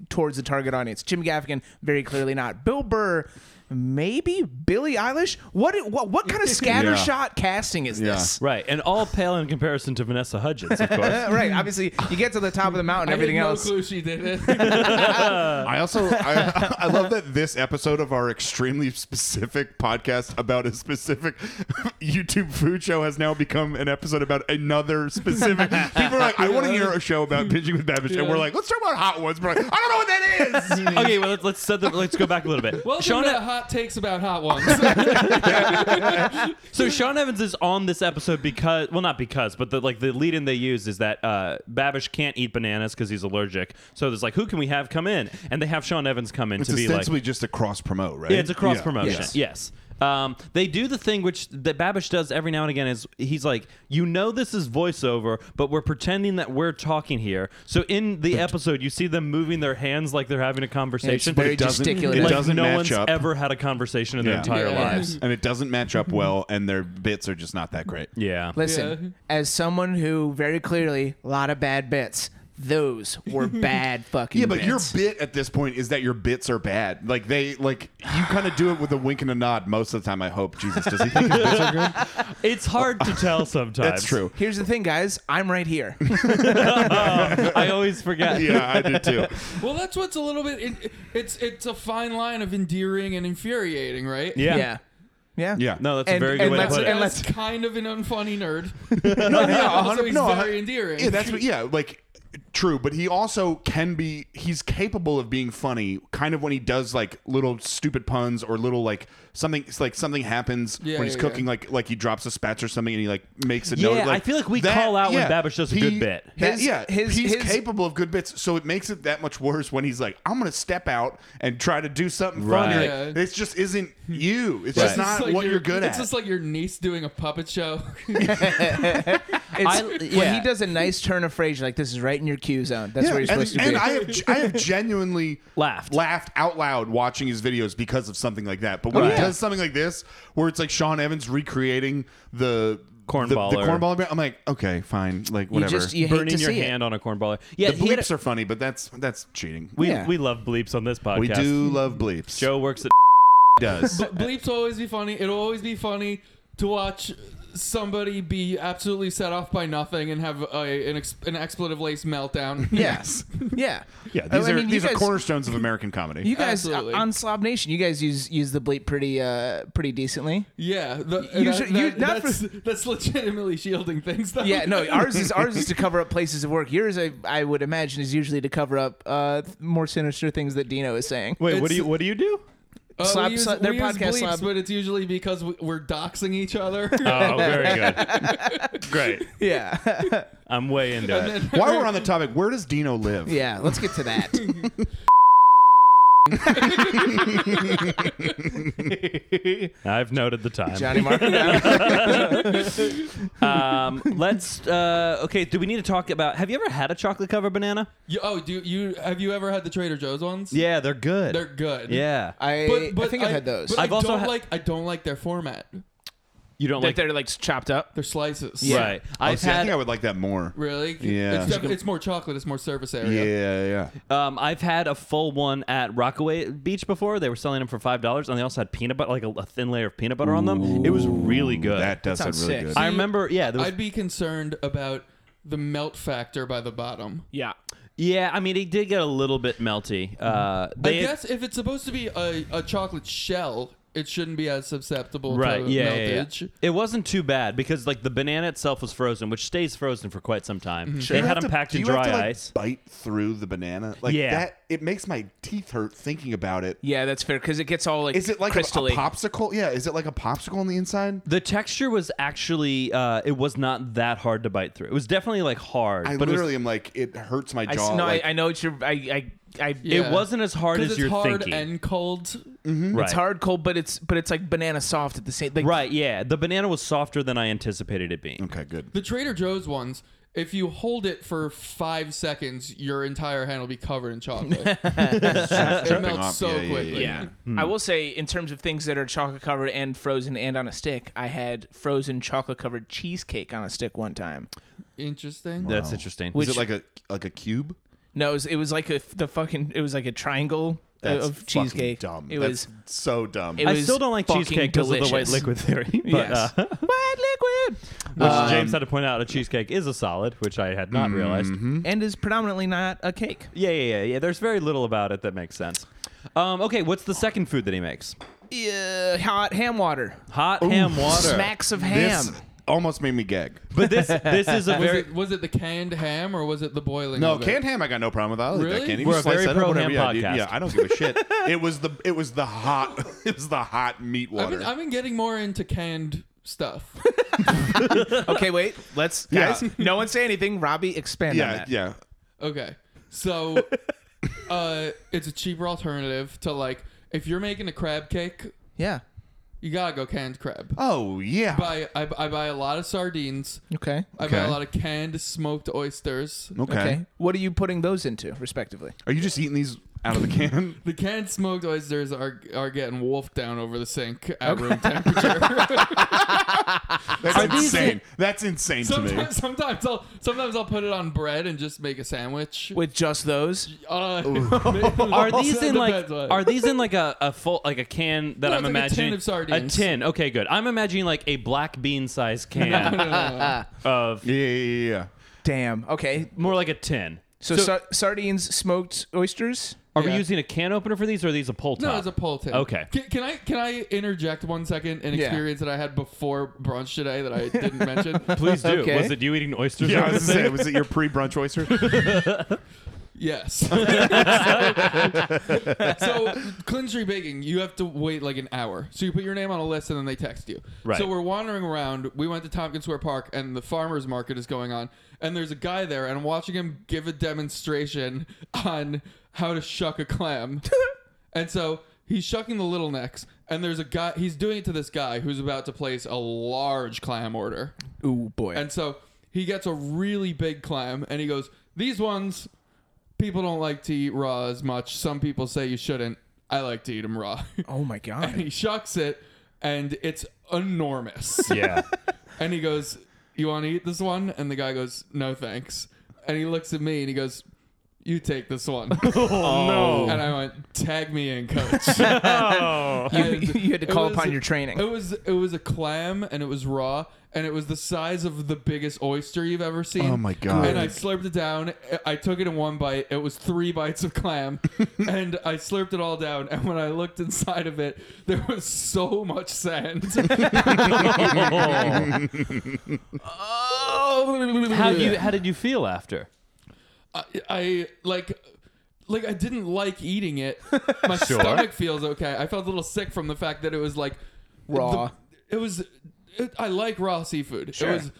Speaker 3: towards the target audience. Jim Gaffigan very clearly not. Bill Burr maybe Billie Eilish. What what what kind of scattershot casting is
Speaker 2: Yeah.
Speaker 3: this?
Speaker 1: right, and all pale in comparison to Vanessa Hudgens, of
Speaker 3: [LAUGHS]
Speaker 1: course.
Speaker 3: Uh, right, obviously you get to the top of the mountain,
Speaker 4: I had
Speaker 3: everything
Speaker 4: no
Speaker 3: else.
Speaker 4: clue she did it.
Speaker 2: I also I, [LAUGHS] I love that this episode of our extremely specific podcast about a specific [LAUGHS] YouTube food show has now become an episode about another specific. People are like, I want to hear a show about binging with Babbage, and we're like, let's talk about hot ones. We're like, I don't know what that [LAUGHS] is.
Speaker 1: okay, well let's let's set the, let's go back a little bit.
Speaker 4: Welcome
Speaker 1: Sean,
Speaker 4: to Hot Takes About Hot Ones.
Speaker 1: So Sean Evans is on this episode because, well, not because, but the like the lead in they use is that uh, Babish can't eat bananas because he's allergic. So there's like, who can we have come in? And they have Sean Evans come in
Speaker 2: It's
Speaker 1: to be like,
Speaker 2: essentially just a cross promote, right?
Speaker 1: yeah, it's a cross promotion.
Speaker 3: Yes.
Speaker 1: Yes. Um, they do the thing which that Babish does every now and again is he's like, you know, this is voiceover, but we're pretending that we're talking here. So in the episode, you see them moving their hands like they're having a conversation.
Speaker 3: very
Speaker 2: It doesn't,
Speaker 3: gesticulated.
Speaker 2: it
Speaker 1: like
Speaker 2: doesn't
Speaker 1: no
Speaker 2: match
Speaker 1: one's
Speaker 2: up.
Speaker 1: ever had a conversation in
Speaker 2: Yeah.
Speaker 1: their entire
Speaker 4: Yeah.
Speaker 1: lives.
Speaker 2: and it doesn't match up well, and their bits are just not that great.
Speaker 1: Yeah.
Speaker 3: Listen, as someone who very clearly a lot of bad bits. Those were bad fucking.
Speaker 2: Yeah, but your
Speaker 3: bits.
Speaker 2: bit at this point is that your bits are bad. Like they like you kind of do it with a wink and a nod most of the time. I hope Jesus does he think his bits are good?
Speaker 1: It's hard to [LAUGHS] tell sometimes.
Speaker 2: That's true.
Speaker 3: Here's the thing, guys. I'm right here.
Speaker 1: I always forget.
Speaker 2: Yeah, I
Speaker 1: [LAUGHS]
Speaker 2: do too.
Speaker 4: well, that's what's a little bit. It, it's it's a fine line of endearing and infuriating, right?
Speaker 1: Yeah.
Speaker 3: yeah. Yeah.
Speaker 2: Yeah,
Speaker 1: No, that's
Speaker 3: And-
Speaker 1: a very good
Speaker 3: and
Speaker 1: way to
Speaker 3: let's-
Speaker 1: put it.
Speaker 3: and
Speaker 4: That's kind of an
Speaker 2: [LAUGHS]
Speaker 4: unfunny nerd. yeah, also, he's
Speaker 2: no,
Speaker 4: very
Speaker 2: I-
Speaker 4: endearing.
Speaker 2: Yeah, that's what, yeah, like true, but he also can be he's capable of being funny kind of when he does like little stupid puns or little like something it's like something happens
Speaker 4: Yeah,
Speaker 2: when he's
Speaker 4: yeah,
Speaker 2: cooking
Speaker 4: yeah.
Speaker 2: like like he drops a spatch or something and he like makes a
Speaker 1: Yeah,
Speaker 2: note like
Speaker 1: I feel like we call out when Babish does a good bit.
Speaker 2: His,
Speaker 3: That's-
Speaker 2: yeah,
Speaker 3: his-
Speaker 2: he's
Speaker 3: his-
Speaker 2: capable of good bits, so it makes it that much worse when he's like I'm going to step out and try to do something funny.
Speaker 1: Right.
Speaker 2: Like, This just
Speaker 4: [LAUGHS]
Speaker 2: isn't you. It's
Speaker 1: Right.
Speaker 2: just not
Speaker 4: It's like
Speaker 2: what
Speaker 4: your-
Speaker 2: you're good
Speaker 4: It's
Speaker 2: at.
Speaker 4: just like your niece doing a puppet show. [LAUGHS]
Speaker 3: It's,
Speaker 1: I-
Speaker 3: When
Speaker 1: yeah.
Speaker 3: he does a nice turn of phrase, you're like this is right in your cue zone. That's where you're
Speaker 2: and,
Speaker 3: supposed to
Speaker 2: and
Speaker 3: be.
Speaker 2: I have I have genuinely
Speaker 1: [LAUGHS] Laughed.
Speaker 2: laughed out loud watching his videos because of something like that. But when
Speaker 1: Right.
Speaker 2: he does something like this, where it's like Sean Evans recreating the
Speaker 1: Cornballer.
Speaker 2: the, the cornball, bear, I'm like, okay, fine, like
Speaker 3: you
Speaker 2: whatever.
Speaker 3: just you hate
Speaker 1: Burning
Speaker 3: to
Speaker 1: your
Speaker 3: see
Speaker 1: hand
Speaker 3: it.
Speaker 1: on a cornballer. Yeah,
Speaker 2: the
Speaker 1: he had a-
Speaker 2: bleeps are funny, but that's that's cheating.
Speaker 1: we,
Speaker 3: Yeah.
Speaker 1: we love bleeps on this podcast.
Speaker 2: We do love bleeps.
Speaker 1: Joe works at
Speaker 2: does.
Speaker 4: But bleeps will always be funny. It'll always be funny to watch somebody be absolutely set off by nothing and have a, an, ex, an expletive laced meltdown.
Speaker 3: Yes. [LAUGHS] Yeah.
Speaker 2: yeah, these
Speaker 3: I
Speaker 2: are
Speaker 3: mean, you
Speaker 2: these are
Speaker 3: guys-
Speaker 2: cornerstones of American comedy.
Speaker 3: You guys uh,
Speaker 4: Absolutely.
Speaker 3: on Slob Nation, you guys use use the bleep pretty uh pretty decently.
Speaker 4: yeah. The,
Speaker 3: You
Speaker 4: that-
Speaker 3: should- you-
Speaker 4: that-
Speaker 3: not for-
Speaker 4: that's, that's legitimately shielding things, though.
Speaker 3: Yeah, no, ours is
Speaker 2: [LAUGHS]
Speaker 3: ours is to cover up places of work. Yours, I, I would imagine, is usually to cover up uh th- more sinister things that Dino is saying.
Speaker 1: Wait,
Speaker 4: It's-
Speaker 1: what do you what do you do?
Speaker 4: Uh,
Speaker 3: Slap-
Speaker 4: we use,
Speaker 3: slap- their
Speaker 4: we use
Speaker 3: podcast
Speaker 4: bleeps,
Speaker 3: slap.
Speaker 4: but it's usually because we, we're doxing each other.
Speaker 1: [LAUGHS]
Speaker 4: [LAUGHS]
Speaker 1: Oh, very good.
Speaker 3: [LAUGHS]
Speaker 1: Great.
Speaker 3: Yeah,
Speaker 1: I'm way into it.
Speaker 2: While we're on the topic, where does Dino live?
Speaker 3: yeah. Let's get to
Speaker 2: [LAUGHS]
Speaker 3: that.
Speaker 1: I've noted the time.
Speaker 2: [LAUGHS]
Speaker 3: Johnny Mark.
Speaker 1: [LAUGHS] Um, let's. Uh, okay, do we need to talk about? Have you ever had a chocolate covered banana?
Speaker 4: You- oh, do you have you ever had the Trader Joe's ones?
Speaker 1: Yeah, they're good.
Speaker 4: They're good.
Speaker 1: yeah.
Speaker 3: I,
Speaker 4: But, but
Speaker 3: I think I've had those.
Speaker 4: But
Speaker 1: I've
Speaker 4: I
Speaker 1: also
Speaker 4: don't
Speaker 1: ha-
Speaker 4: like I don't like their format.
Speaker 1: You don't
Speaker 3: that
Speaker 1: like
Speaker 3: they're like chopped up.
Speaker 4: They're slices.
Speaker 1: right?
Speaker 2: Oh,
Speaker 1: I've
Speaker 2: see, I think I
Speaker 1: had
Speaker 2: would like that more.
Speaker 4: Really?
Speaker 2: Yeah.
Speaker 4: It's, def- it's more chocolate. It's more surface
Speaker 2: Yeah,
Speaker 4: area.
Speaker 2: yeah.
Speaker 1: um, I've had a full one at Rockaway Beach before. They were selling them for five dollars, and they also had peanut butter, like a, a thin layer of peanut butter on them. It was really good.
Speaker 2: That does sound
Speaker 3: sounds
Speaker 2: really
Speaker 3: sick.
Speaker 2: good.
Speaker 1: I remember, yeah, there was
Speaker 4: I'd be concerned about the melt factor by the bottom.
Speaker 3: Yeah.
Speaker 1: Yeah, I mean, it did get a little bit melty.
Speaker 2: Mm-hmm.
Speaker 1: Uh, they,
Speaker 4: I guess if it's supposed to be a, a chocolate shell, it shouldn't be as susceptible
Speaker 1: right?
Speaker 4: to
Speaker 1: Yeah, yeah, yeah.
Speaker 4: meltage.
Speaker 1: it wasn't too bad because like the banana itself was frozen, which stays frozen for quite some time. They had them packed
Speaker 2: Do
Speaker 1: in
Speaker 2: you Mm-hmm. have
Speaker 1: dry
Speaker 2: to, like,
Speaker 1: ice.
Speaker 2: Bite through the banana. Like
Speaker 1: Yeah.
Speaker 2: that it makes my teeth hurt thinking about it.
Speaker 3: Yeah, that's fair because it gets all like
Speaker 2: Is it like a, a
Speaker 3: crystally.
Speaker 2: popsicle? Yeah, is it like a popsicle on the inside?
Speaker 1: The texture was actually uh, it was not that hard to bite through. It was definitely like hard,
Speaker 2: I
Speaker 1: but
Speaker 2: literally am like it hurts my
Speaker 3: I,
Speaker 2: jaw.
Speaker 3: s- no,
Speaker 2: like,
Speaker 3: I, I know what you're. I I, I
Speaker 1: it,
Speaker 4: Yeah.
Speaker 1: was, it wasn't as hard
Speaker 4: Because
Speaker 1: as
Speaker 4: it's
Speaker 1: you're
Speaker 4: hard
Speaker 1: thinking.
Speaker 4: and cold.
Speaker 1: right.
Speaker 2: Mm-hmm.
Speaker 3: It's hard cold, but it's but it's like banana soft at the same. Like,
Speaker 1: right? Yeah, the banana was softer than I anticipated it being.
Speaker 2: Okay, good.
Speaker 4: The Trader Joe's ones, if you hold it for five seconds, your entire hand will be covered in chocolate. [LAUGHS] it melts
Speaker 2: off.
Speaker 4: so
Speaker 2: Yeah, yeah,
Speaker 4: quickly.
Speaker 3: Yeah.
Speaker 2: Hmm.
Speaker 3: I will say, in terms of things that are chocolate covered and frozen and on a stick, I had frozen chocolate covered cheesecake on a stick one time.
Speaker 4: Interesting.
Speaker 1: That's interesting.
Speaker 3: Which-
Speaker 2: is it like a like a cube?
Speaker 3: No, it was, it was like a the fucking it was like a triangle
Speaker 2: That's
Speaker 3: of
Speaker 2: fucking
Speaker 3: cheesecake.
Speaker 2: Dumb.
Speaker 3: It
Speaker 2: That's
Speaker 3: was.
Speaker 2: so dumb.
Speaker 3: It
Speaker 1: I
Speaker 3: was
Speaker 1: still don't like
Speaker 3: fucking
Speaker 1: cheesecake because of the white
Speaker 3: delicious.
Speaker 1: liquid theory. But,
Speaker 3: Yes.
Speaker 2: [LAUGHS]
Speaker 3: [LAUGHS]
Speaker 1: uh,
Speaker 3: white liquid,
Speaker 1: which James had to point out, a cheesecake is a solid, which I had not realized.
Speaker 2: Hmm?
Speaker 3: and is predominantly not a cake.
Speaker 1: Yeah, yeah, yeah, yeah. There's very little about it that makes sense. Um, okay, what's the second food that he makes?
Speaker 3: Yeah, hot ham water,
Speaker 1: Hot ham water.
Speaker 3: smacks of ham.
Speaker 2: this almost made me gag.
Speaker 1: But this this is a
Speaker 4: [LAUGHS] Was,
Speaker 1: very
Speaker 4: it, was it the canned ham or was it the boiling?
Speaker 2: No,
Speaker 4: of it?
Speaker 2: canned ham. I got no problem with. I like that
Speaker 4: Really?
Speaker 2: candy.
Speaker 1: We're
Speaker 2: Just
Speaker 1: a
Speaker 2: slice
Speaker 1: very
Speaker 2: that up,
Speaker 1: pro
Speaker 2: whatever.
Speaker 1: ham
Speaker 2: yeah, dude,
Speaker 1: podcast.
Speaker 2: yeah, I don't give a shit. it was the it was the hot [LAUGHS] it was the hot meat
Speaker 4: I've
Speaker 2: water.
Speaker 4: been, I've been getting more into canned
Speaker 2: [LAUGHS]
Speaker 4: stuff.
Speaker 3: Okay, wait. Let's
Speaker 2: Yeah.
Speaker 3: guys. No one say anything. Robbie, expand on
Speaker 2: yeah,
Speaker 3: that.
Speaker 2: yeah.
Speaker 4: Okay.
Speaker 2: [LAUGHS]
Speaker 4: So uh it's a cheaper alternative to like if you're making a crab cake,
Speaker 3: Yeah.
Speaker 4: you gotta go canned crab.
Speaker 2: Oh yeah.
Speaker 4: Buy I, I buy a lot of sardines.
Speaker 3: Okay.
Speaker 4: I buy
Speaker 2: Okay.
Speaker 4: a lot of canned smoked oysters.
Speaker 2: okay.
Speaker 3: okay. What are you putting those into, respectively?
Speaker 2: Are you just eating these out of the can?
Speaker 4: The canned smoked oysters are are getting wolfed down over the sink at room temperature.
Speaker 2: [LAUGHS] That's insane. That's insane to me.
Speaker 4: sometimes, sometimes I'll sometimes I'll put it on bread and just make a sandwich.
Speaker 3: With just those?
Speaker 4: Uh,
Speaker 1: [LAUGHS]
Speaker 4: [LAUGHS]
Speaker 1: are these in like
Speaker 4: depends on-
Speaker 1: are these in like a, a full like a can that
Speaker 4: No,
Speaker 1: I'm
Speaker 4: it's like a tin
Speaker 1: imagining
Speaker 4: of sardines.
Speaker 1: A tin. Okay, good. I'm imagining like a black bean size
Speaker 4: [LAUGHS]
Speaker 1: can of
Speaker 2: Yeah, yeah, yeah, [LAUGHS] yeah.
Speaker 3: Damn. Okay.
Speaker 1: more like a tin.
Speaker 3: So, sar- sardines, smoked oysters.
Speaker 1: Are we
Speaker 4: Yeah.
Speaker 1: using a can opener for these or are these a pull top?
Speaker 4: No, it's a pull tip.
Speaker 1: Okay.
Speaker 4: Can, can I can I interject one second an
Speaker 3: Yeah.
Speaker 4: experience that I had before brunch today that I didn't mention?
Speaker 1: Please do.
Speaker 3: Okay.
Speaker 1: Was it you eating oysters?
Speaker 2: Yeah,
Speaker 1: over
Speaker 2: I was
Speaker 1: the
Speaker 2: gonna say,
Speaker 1: thing?
Speaker 2: was it your pre-brunch [LAUGHS] oyster?
Speaker 4: yes. so Clinton Street Baking, you have to wait like an hour. So you put your name on a list and then they text you.
Speaker 1: Right.
Speaker 4: So we're wandering around. We went to Tompkins Square Park and the farmers market is going on. And there's a guy there and I'm watching him give a demonstration on how to shuck a clam. And so he's shucking the little necks, and there's a guy. He's doing it to this guy who's about to place a large clam order,
Speaker 3: Ooh, boy.
Speaker 4: and so he gets a really big clam, and he goes, "These ones, people don't like to eat raw as much. Some people say you shouldn't. I like to eat them raw."
Speaker 3: oh, my
Speaker 4: [LAUGHS] and
Speaker 3: God.
Speaker 4: he shucks it, and it's enormous.
Speaker 1: Yeah.
Speaker 4: And he goes, "You want to eat this one?" And the guy goes, "No, thanks." And he looks at me and he goes, "You take this one."
Speaker 1: Oh,
Speaker 4: [LAUGHS] and I went, "Tag me in, coach."
Speaker 3: You,
Speaker 4: And
Speaker 3: you had to
Speaker 4: it
Speaker 3: call
Speaker 4: was-
Speaker 3: upon your training.
Speaker 4: It was it was a clam and it was raw and it was the size of the biggest oyster you've ever seen.
Speaker 2: Oh my God.
Speaker 4: And I slurped it down. I- I took it in one bite. It was three bites
Speaker 2: [LAUGHS]
Speaker 4: of clam, and I slurped it all down. And when I looked inside of it, there was so much sand.
Speaker 2: [LAUGHS]
Speaker 1: no.
Speaker 3: oh,
Speaker 1: how do you how did you feel after?
Speaker 4: I, I like. Like I didn't like eating it. My stomach feels okay. I felt a little sick from the fact that it was like
Speaker 3: Raw.
Speaker 4: the- it was. It, I like raw seafood. It was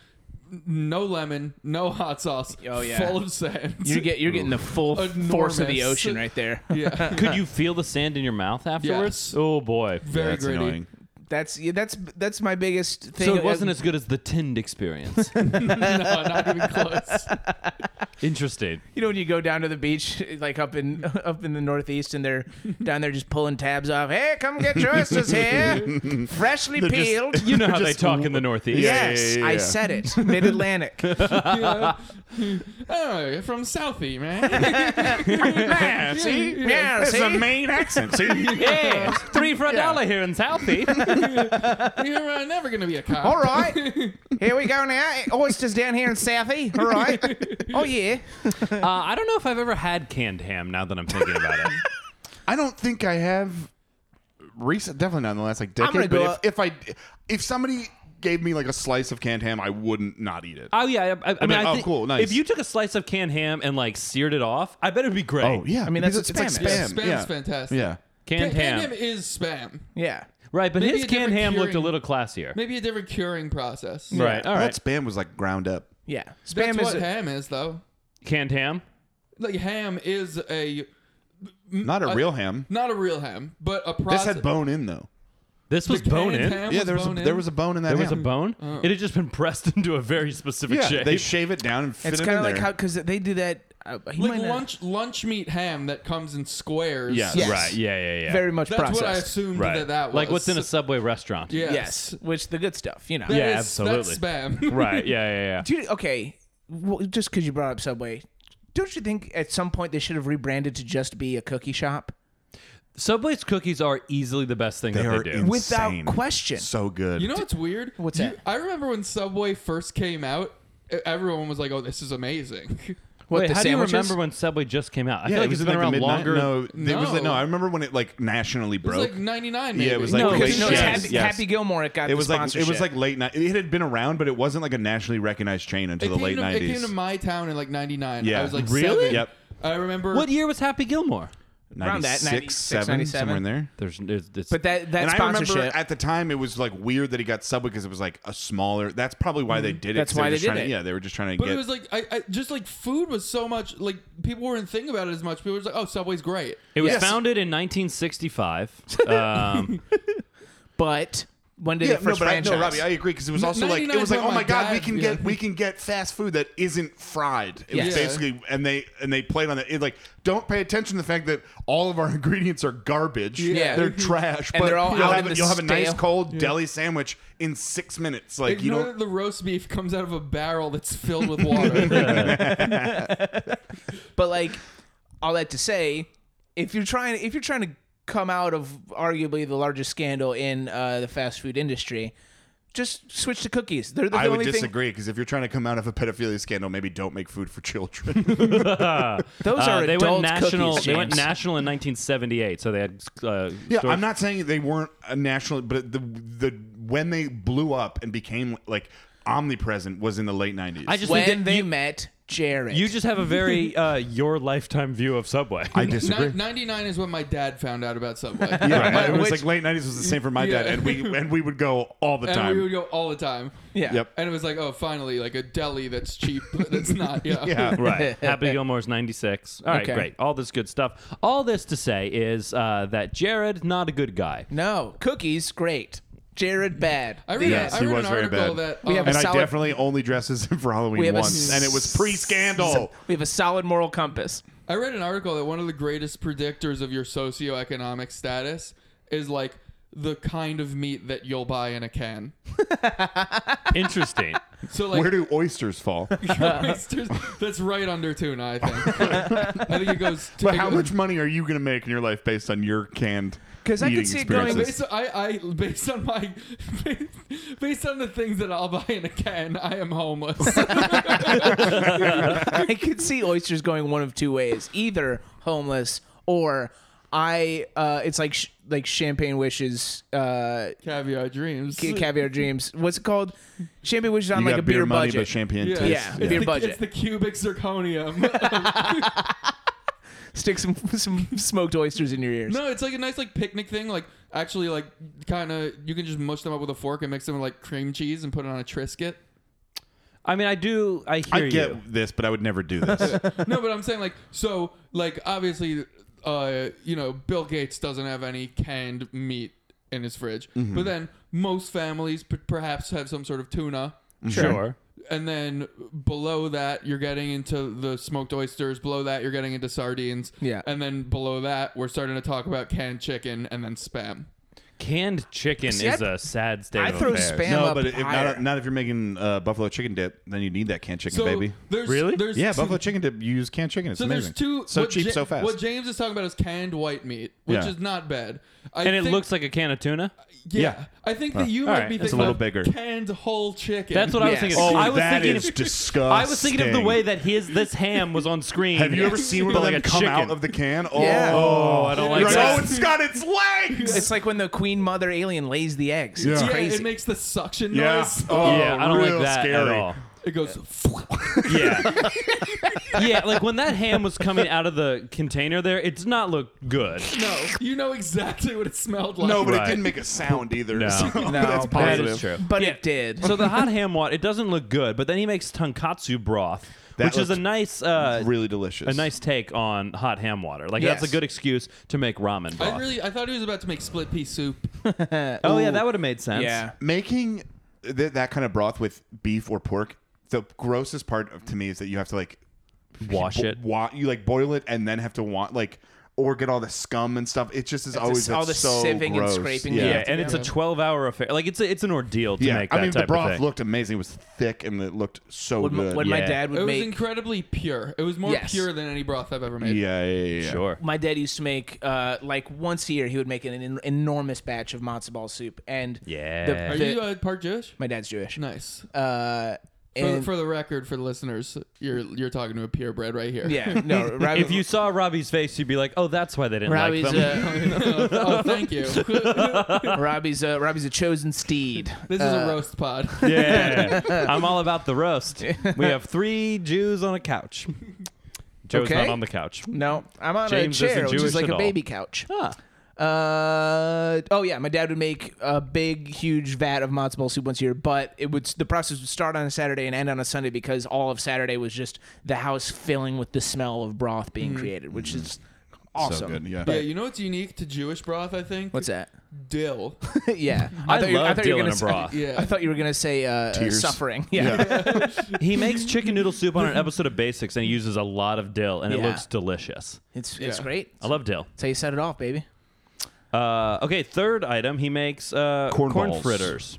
Speaker 4: no lemon, no hot sauce.
Speaker 3: Oh, yeah.
Speaker 4: full of sand.
Speaker 3: [LAUGHS] You're, get, you're getting the full force of the
Speaker 4: Enormous.
Speaker 3: ocean right there.
Speaker 4: [LAUGHS]
Speaker 1: [LAUGHS]
Speaker 4: yeah,
Speaker 1: Could you feel the sand in your mouth afterwards?
Speaker 4: Yes.
Speaker 1: Oh boy.
Speaker 4: very
Speaker 2: That's
Speaker 4: gritty. [LAUGHS]
Speaker 2: annoying.
Speaker 3: [LAUGHS] That's yeah, that's that's my biggest thing.
Speaker 1: So it wasn't as good as the tinned experience.
Speaker 4: no, not even close.
Speaker 1: [LAUGHS]
Speaker 4: [LAUGHS]
Speaker 1: Interesting.
Speaker 3: You know when you go down to the beach, like up in [LAUGHS] up in the Northeast, and they're down there just pulling tabs off. Hey, come get your oysters here, freshly peeled.
Speaker 1: [LAUGHS] You
Speaker 3: [LAUGHS]
Speaker 1: know how they talk in the Northeast.
Speaker 2: Yeah,
Speaker 3: yes,
Speaker 2: yeah, yeah,
Speaker 3: I
Speaker 2: yeah.
Speaker 3: said it.
Speaker 2: [LAUGHS]
Speaker 3: Mid Atlantic.
Speaker 4: You know? [LAUGHS] oh, you're from Southie, man. [LAUGHS]
Speaker 3: yeah, see, yeah, see?
Speaker 2: main accent. See?
Speaker 1: Yeah, three for a dollar here in [LAUGHS] Southie.
Speaker 4: you're uh, never gonna be a cop.
Speaker 3: All right, here we go now. Oysters down here in Southie. All right. Oh yeah.
Speaker 1: uh, I don't know if I've ever had canned ham. Now that I'm thinking about it,
Speaker 2: I don't think I have recent. Definitely not in the last like decade.
Speaker 3: gonna
Speaker 2: but
Speaker 3: go
Speaker 2: if, if I if somebody gave me like a slice of canned ham, I wouldn't not eat it.
Speaker 1: [LAUGHS] oh yeah, I, I, I mean, I
Speaker 2: oh,
Speaker 1: think
Speaker 2: cool, nice.
Speaker 1: If you took a slice of canned ham and like seared it off, I bet it'd be great.
Speaker 2: oh yeah,
Speaker 3: I mean, that's
Speaker 2: because
Speaker 3: what
Speaker 2: it's
Speaker 3: spam
Speaker 2: like
Speaker 3: is.
Speaker 2: spam.
Speaker 4: Spam's
Speaker 2: yeah.
Speaker 4: fantastic.
Speaker 2: Yeah.
Speaker 1: canned, ham.
Speaker 4: is spam.
Speaker 3: Yeah.
Speaker 1: Right, but
Speaker 4: Maybe
Speaker 1: his
Speaker 4: a
Speaker 1: canned
Speaker 4: different
Speaker 1: ham looked a
Speaker 4: curing-
Speaker 1: little classier.
Speaker 4: Maybe a different curing process.
Speaker 1: Right, all
Speaker 2: I
Speaker 1: right.
Speaker 2: thought spam was like ground up.
Speaker 3: Yeah. Spam
Speaker 4: That's
Speaker 3: is
Speaker 4: what ham is, though.
Speaker 1: canned ham.
Speaker 4: Like ham is a
Speaker 2: Not a real ham.
Speaker 4: not a real ham, but a
Speaker 2: This
Speaker 4: process.
Speaker 2: uh, had bone in though.
Speaker 1: This was
Speaker 4: The canned
Speaker 1: bone in.
Speaker 4: ham Uh.
Speaker 2: Yeah, there was a,
Speaker 4: bone in.
Speaker 2: there was a bone in that.
Speaker 1: There was a
Speaker 2: ham.
Speaker 1: bone. It had just been [LAUGHS] pressed into a very specific
Speaker 2: Yeah,
Speaker 1: shape.
Speaker 2: they shave it down and fit
Speaker 3: It's
Speaker 2: it
Speaker 3: kind
Speaker 2: in
Speaker 3: of like
Speaker 2: there.
Speaker 3: how because they do that. Uh, he
Speaker 4: like
Speaker 3: might not-
Speaker 4: lunch lunch meat ham that comes in squares.
Speaker 2: Yes.
Speaker 3: Yes.
Speaker 1: [LAUGHS] Right. Yeah. Yeah. Yeah.
Speaker 3: Very much
Speaker 4: that's
Speaker 3: processed.
Speaker 4: what I assumed
Speaker 1: right.
Speaker 4: that that was.
Speaker 1: Like what's in a subway restaurant.
Speaker 4: yes,
Speaker 3: Yes, which the good stuff, you know.
Speaker 4: That
Speaker 1: Yeah,
Speaker 4: is-
Speaker 1: absolutely.
Speaker 4: That's
Speaker 1: [LAUGHS]
Speaker 2: [LAUGHS]
Speaker 4: spam.
Speaker 1: Right. Yeah. Yeah. Yeah.
Speaker 3: Do you, okay, well, just because you brought up Subway, don't you think at some point they should have rebranded to just be a cookie shop?
Speaker 1: Subway's cookies are easily the best thing
Speaker 2: They
Speaker 1: that
Speaker 2: are
Speaker 1: they do.
Speaker 2: insane.
Speaker 3: Without question.
Speaker 2: So good.
Speaker 4: [LAUGHS] You know what's weird?
Speaker 3: What's
Speaker 4: Do
Speaker 3: that?
Speaker 4: you- I remember when Subway first came out, e- everyone was like, "Oh, this is amazing." [LAUGHS]
Speaker 3: What
Speaker 1: Wait,
Speaker 3: the
Speaker 1: how do you
Speaker 3: sandwiches?
Speaker 1: remember when Subway just came out? I feel like it's
Speaker 2: in,
Speaker 1: been
Speaker 2: the
Speaker 1: around
Speaker 2: midnight-
Speaker 1: longer.
Speaker 2: No, it was like, no.
Speaker 4: No.
Speaker 2: I remember when it like nationally
Speaker 4: It was
Speaker 2: broke.
Speaker 4: like 99 maybe.
Speaker 2: Yeah, it was
Speaker 3: No,
Speaker 2: like
Speaker 3: because
Speaker 2: late
Speaker 3: no, it's
Speaker 2: yes,
Speaker 3: Happy,
Speaker 2: yes.
Speaker 3: Happy Gilmore. It got
Speaker 2: it
Speaker 3: the
Speaker 2: was like it was
Speaker 3: sponsorship.
Speaker 2: like late night. It had been around, but it wasn't like a nationally recognized chain
Speaker 4: it
Speaker 2: until the
Speaker 4: came,
Speaker 2: late
Speaker 4: to, it came
Speaker 2: nineties.
Speaker 4: to my town in like 99.
Speaker 2: Yeah.
Speaker 4: I was like,
Speaker 1: Really?
Speaker 4: seven.
Speaker 2: Yep.
Speaker 4: I remember.
Speaker 1: What year was Happy Gilmore?
Speaker 3: around that, 96,
Speaker 2: somewhere in there.
Speaker 1: There's, there's it's,
Speaker 3: but that that
Speaker 2: and I
Speaker 3: sponsorship.
Speaker 2: remember at the time it was like weird that he got Subway because it was like a smaller. That's probably why they did it.
Speaker 3: Mm-hmm. That's
Speaker 2: 'cause
Speaker 3: why
Speaker 2: were
Speaker 3: they
Speaker 2: just
Speaker 3: did
Speaker 2: trying to-
Speaker 3: it.
Speaker 2: Yeah, they were just trying to
Speaker 4: But
Speaker 2: get.
Speaker 4: it was like I, I just like food was so much like people weren't thinking about it as much. People were just like, "Oh, Subway's great."
Speaker 1: it was
Speaker 3: Yes.
Speaker 1: founded in 1965. um,
Speaker 3: but when did
Speaker 2: yeah,
Speaker 3: the first
Speaker 2: no, but I,
Speaker 3: franchise?
Speaker 2: no, Robbie, I agree because it was
Speaker 4: N-
Speaker 2: also like it
Speaker 4: 99
Speaker 2: was like,
Speaker 4: when
Speaker 2: oh
Speaker 4: my
Speaker 2: my god, we
Speaker 4: dad-
Speaker 2: can
Speaker 4: yeah.
Speaker 2: get
Speaker 3: "Hmm."
Speaker 2: we can get fast food that isn't fried. It was
Speaker 3: Yes.
Speaker 2: basically, and they and they played on that. It like don't pay attention to the fact that all of our [LAUGHS] ingredients are garbage.
Speaker 3: Yeah.
Speaker 2: they're trash.
Speaker 3: And
Speaker 2: but
Speaker 3: they're all
Speaker 2: you'll,
Speaker 3: out
Speaker 2: have,
Speaker 3: in the
Speaker 2: you'll have a nice
Speaker 3: stale-
Speaker 2: cold deli sandwich in six minutes. Like you
Speaker 4: Ignore
Speaker 2: don't.
Speaker 4: that the roast beef comes out of a barrel that's filled
Speaker 2: [LAUGHS]
Speaker 4: with water.
Speaker 3: But like all that to say, if you're trying if you're trying to come out of arguably the largest scandal in uh, the fast food industry, just switch to cookies. They're the
Speaker 2: I would
Speaker 3: only thing.
Speaker 2: disagree because if you're trying to come out of a pedophilia scandal, maybe don't make food for children.
Speaker 3: [LAUGHS] Those
Speaker 1: uh,
Speaker 3: are
Speaker 1: they went
Speaker 3: adult
Speaker 1: national.
Speaker 3: Cookies,
Speaker 1: they went
Speaker 3: James.
Speaker 1: national in 1978. So they had. Uh,
Speaker 2: Yeah,
Speaker 1: stores-
Speaker 2: I'm not saying they weren't a national, but the the when they blew up and became like omnipresent was in the late '90s.
Speaker 1: I just
Speaker 3: when
Speaker 1: think that
Speaker 3: they
Speaker 1: you,
Speaker 3: met Jared.
Speaker 1: you just have a
Speaker 3: [LAUGHS]
Speaker 1: very uh, your lifetime view of Subway.
Speaker 2: I
Speaker 4: Ni-
Speaker 2: disagree.
Speaker 4: 99 is when my dad found out about Subway.
Speaker 2: yeah, it was
Speaker 3: Which-
Speaker 2: like late '90s was the same for my
Speaker 4: Yeah.
Speaker 2: dad, and we and we would go all the
Speaker 4: And
Speaker 2: time.
Speaker 4: we would go all the time.
Speaker 3: yeah.
Speaker 2: Yep.
Speaker 4: And it was like, oh, finally, like a deli that's cheap. but
Speaker 2: [LAUGHS]
Speaker 4: That's not. Yeah.
Speaker 2: yeah,
Speaker 1: [LAUGHS]
Speaker 3: [LAUGHS]
Speaker 1: Right. Happy Gilmore's 96. All right,
Speaker 3: Okay.
Speaker 1: great. All this good stuff. All this to say is uh, that Jared, not a good
Speaker 3: [LAUGHS]
Speaker 1: guy.
Speaker 3: No cookies, great. Jared, bad.
Speaker 4: I read,
Speaker 2: Yes,
Speaker 4: I
Speaker 2: he
Speaker 4: read
Speaker 2: was
Speaker 4: an
Speaker 2: very
Speaker 4: article
Speaker 2: bad.
Speaker 4: that
Speaker 3: uh, We have
Speaker 4: um,
Speaker 3: a
Speaker 2: and I
Speaker 3: solid-
Speaker 2: definitely only dresses him for Halloween
Speaker 3: have a
Speaker 2: once,
Speaker 3: s-
Speaker 2: and it was pre-scandal.
Speaker 3: We have a solid moral compass.
Speaker 4: I read an article that one of the greatest predictors of your socioeconomic status is like the kind of meat that you'll buy in a can.
Speaker 1: Interesting.
Speaker 4: So like
Speaker 2: Where do oysters
Speaker 3: [LAUGHS]
Speaker 2: fall?
Speaker 4: oysters-
Speaker 2: [LAUGHS]
Speaker 4: that's right under tuna, I think. I think it goes to
Speaker 2: But how much money are you going to make in your life based on your canned?
Speaker 3: 'Cause I could
Speaker 2: eating
Speaker 3: see it going
Speaker 2: experiences?
Speaker 4: Based on, I, I based on my [LAUGHS] based on the things that I'll buy in a can, I
Speaker 2: [LAUGHS]
Speaker 4: am homeless.
Speaker 3: [LAUGHS] I could see oysters going one of two ways: either homeless or I. Uh, it's like sh- like champagne wishes. Uh,
Speaker 4: Caviar dreams.
Speaker 3: Ca- caviar dreams. What's it called? Champagne, which is on
Speaker 2: You
Speaker 3: like
Speaker 2: got
Speaker 3: a beer,
Speaker 2: money,
Speaker 3: budget.
Speaker 2: but champagne
Speaker 4: Yeah.
Speaker 2: taste.
Speaker 3: Yeah.
Speaker 4: It's
Speaker 3: Beer
Speaker 4: the,
Speaker 3: budget.
Speaker 4: It's the cubic
Speaker 2: [LAUGHS]
Speaker 4: zirconium.
Speaker 3: Stick some [LAUGHS] some smoked oysters in your ears.
Speaker 4: no, it's like a nice like picnic thing. Like actually, like kind of you can just mush them up with a fork and mix them with like cream cheese and put it on a Triscuit.
Speaker 1: I mean, I do. I hear
Speaker 2: I get
Speaker 1: you.
Speaker 2: this, but I would never
Speaker 3: [LAUGHS]
Speaker 2: do this.
Speaker 4: no, but I'm saying like so like obviously uh you know Bill Gates doesn't have any canned meat
Speaker 2: Mm-hmm.
Speaker 4: in his fridge, but then most families p- perhaps have some sort of tuna.
Speaker 1: Sure.
Speaker 4: and then below that you're getting into the smoked oysters. Below that you're getting into sardines.
Speaker 3: Yeah.
Speaker 4: and then below that we're starting to talk about canned chicken and then spam.
Speaker 1: Canned chicken
Speaker 3: See,
Speaker 1: is
Speaker 3: I-
Speaker 1: a sad state
Speaker 3: I
Speaker 1: of
Speaker 3: throw
Speaker 1: affairs.
Speaker 3: spam
Speaker 2: no,
Speaker 3: up
Speaker 2: but if
Speaker 3: higher.
Speaker 2: not, not if you're making uh, buffalo chicken dip, then you need that canned chicken,
Speaker 4: So
Speaker 2: baby.
Speaker 4: there's
Speaker 1: Really?
Speaker 4: there's
Speaker 2: Yeah,
Speaker 4: two-
Speaker 2: buffalo chicken dip. You use canned chicken. It's
Speaker 4: So
Speaker 2: amazing.
Speaker 4: there's two.
Speaker 2: so
Speaker 4: what
Speaker 2: cheap,
Speaker 4: Ja-
Speaker 2: so fast.
Speaker 4: What James is talking about is canned white meat, which
Speaker 2: Yeah.
Speaker 4: is not bad. I
Speaker 1: and it
Speaker 4: think-
Speaker 1: looks like a can of tuna.
Speaker 4: Yeah,
Speaker 2: yeah.
Speaker 4: I think that you
Speaker 1: all
Speaker 4: might
Speaker 1: right.
Speaker 4: be
Speaker 1: It's
Speaker 4: thinking
Speaker 2: a little
Speaker 4: of
Speaker 2: bigger.
Speaker 4: canned whole chicken.
Speaker 1: That's what I was
Speaker 3: Yes.
Speaker 1: thinking.
Speaker 2: oh,
Speaker 1: I was
Speaker 2: that
Speaker 1: thinking
Speaker 2: is
Speaker 1: of,
Speaker 2: disgusting.
Speaker 1: I was thinking of the way that his this ham was on screen.
Speaker 2: Have you ever seen one
Speaker 1: but
Speaker 2: of
Speaker 1: like
Speaker 2: them
Speaker 1: a
Speaker 2: come
Speaker 1: chicken.
Speaker 2: out of the can? Oh,
Speaker 3: Yeah.
Speaker 1: Oh, I don't like
Speaker 2: You're like,
Speaker 1: that.
Speaker 2: oh, it's got its legs.
Speaker 3: It's like when the queen mother alien lays the eggs. It's
Speaker 2: Yeah.
Speaker 4: yeah,
Speaker 3: crazy.
Speaker 4: it makes the suction
Speaker 2: Yeah.
Speaker 4: noise.
Speaker 2: Oh,
Speaker 1: yeah, I don't
Speaker 2: real
Speaker 1: like that at
Speaker 2: scary.
Speaker 1: all.
Speaker 4: It goes. [LAUGHS]
Speaker 1: Yeah, yeah, like when that ham was coming out of the container there, it did not look good.
Speaker 4: No, you know exactly what it smelled like.
Speaker 2: No, but
Speaker 1: Right.
Speaker 2: it didn't make a sound either.
Speaker 1: No.
Speaker 2: so
Speaker 1: No,
Speaker 2: [LAUGHS] that's
Speaker 1: That
Speaker 2: positive.
Speaker 1: is true.
Speaker 3: but it did.
Speaker 1: So the hot ham wat, it doesn't look good, but then he makes tonkatsu broth,
Speaker 2: That
Speaker 1: which is a
Speaker 2: looks
Speaker 1: nice, uh,
Speaker 2: Really delicious.
Speaker 1: a nice take on hot ham water. Like that's
Speaker 3: Yes.
Speaker 1: a good excuse to make ramen broth.
Speaker 4: I really, I thought he was about to make split pea soup.
Speaker 1: oh yeah, that would have made sense.
Speaker 3: yeah.
Speaker 2: making th- that kind of broth with beef or pork. The grossest part of, to me is that you have to like
Speaker 1: wash
Speaker 2: bo-
Speaker 1: it.
Speaker 2: wa- you like boil it and then have to want like or get all the scum and stuff. It's just is always
Speaker 3: all
Speaker 2: that's
Speaker 3: the
Speaker 2: so
Speaker 3: sieving and
Speaker 2: gross.
Speaker 3: scraping
Speaker 1: Yeah,
Speaker 3: Yeah.
Speaker 1: and it's a twelve-hour affair. Like it's a, it's an ordeal to
Speaker 2: Yeah,
Speaker 1: make that
Speaker 2: I mean
Speaker 1: type
Speaker 2: the broth
Speaker 1: of thing.
Speaker 2: looked amazing. It was thick and it looked so
Speaker 3: When, my-
Speaker 2: good.
Speaker 3: when my
Speaker 1: Yeah.
Speaker 3: dad
Speaker 4: It
Speaker 3: would
Speaker 4: was
Speaker 3: make
Speaker 4: incredibly pure. It was more
Speaker 3: Yes.
Speaker 4: pure than any broth I've ever
Speaker 2: yeah,
Speaker 4: made.
Speaker 2: yeah, yeah, yeah.
Speaker 1: sure.
Speaker 3: my dad used to make uh, like once a year he would make an en- enormous batch of matzo ball soup and
Speaker 1: Yeah.
Speaker 4: Are
Speaker 3: the-
Speaker 4: you uh, part Jewish?
Speaker 3: my dad's Jewish.
Speaker 4: Nice.
Speaker 3: Uh,
Speaker 4: For,
Speaker 3: and
Speaker 4: for the record, for the listeners, you're you're talking to a purebred right here.
Speaker 1: [LAUGHS]
Speaker 3: yeah, no. Robbie,
Speaker 1: If you
Speaker 3: [LAUGHS]
Speaker 1: saw Robbie's face, you'd be like, "Oh, that's why they didn't
Speaker 3: Robbie's
Speaker 1: like them."
Speaker 3: a
Speaker 4: [LAUGHS] oh,
Speaker 3: [LAUGHS]
Speaker 4: thank you. [LAUGHS] this is
Speaker 3: Robbie's a Robbie's a chosen
Speaker 1: [LAUGHS]
Speaker 3: steed. Uh,
Speaker 4: a roast pod.
Speaker 1: yeah, I'm all about the roast. We have three Jews on a couch. Joe's
Speaker 3: Okay.
Speaker 1: not on the couch.
Speaker 3: No, I'm on
Speaker 1: James
Speaker 3: a
Speaker 1: isn't
Speaker 3: chair, which
Speaker 1: Jewish
Speaker 3: is like
Speaker 1: at
Speaker 3: a
Speaker 1: all.
Speaker 3: baby couch.
Speaker 1: Ah.
Speaker 3: Uh oh yeah, my dad would make a big huge vat of matzo ball soup once a year, but it would the process would start on a Saturday and end on a Sunday because all of Saturday was just the house filling with the smell of broth being
Speaker 1: Mm.
Speaker 3: created, which is awesome.
Speaker 2: So good. Yeah.
Speaker 4: Yeah, you know what's unique to Jewish broth? I think.
Speaker 3: What's
Speaker 1: [LAUGHS]
Speaker 3: that?
Speaker 4: Dill.
Speaker 3: [LAUGHS] yeah,
Speaker 1: I,
Speaker 3: thought you-
Speaker 1: love
Speaker 3: thought you were
Speaker 1: dealing
Speaker 3: gonna
Speaker 1: a
Speaker 3: say-
Speaker 1: broth.
Speaker 4: Yeah.
Speaker 3: [LAUGHS] I thought you were gonna say uh, uh,
Speaker 2: Tears.
Speaker 3: suffering. [LAUGHS] Yeah.
Speaker 1: He makes chicken noodle soup on an episode of Basics, and he uses a lot of dill, and it
Speaker 3: Yeah.
Speaker 1: looks delicious.
Speaker 3: it's it's
Speaker 4: Yeah.
Speaker 3: great.
Speaker 1: I love dill.
Speaker 3: That's how you set it off, baby.
Speaker 1: Uh, okay, third item, he makes uh, corn,
Speaker 2: Corn balls.
Speaker 1: fritters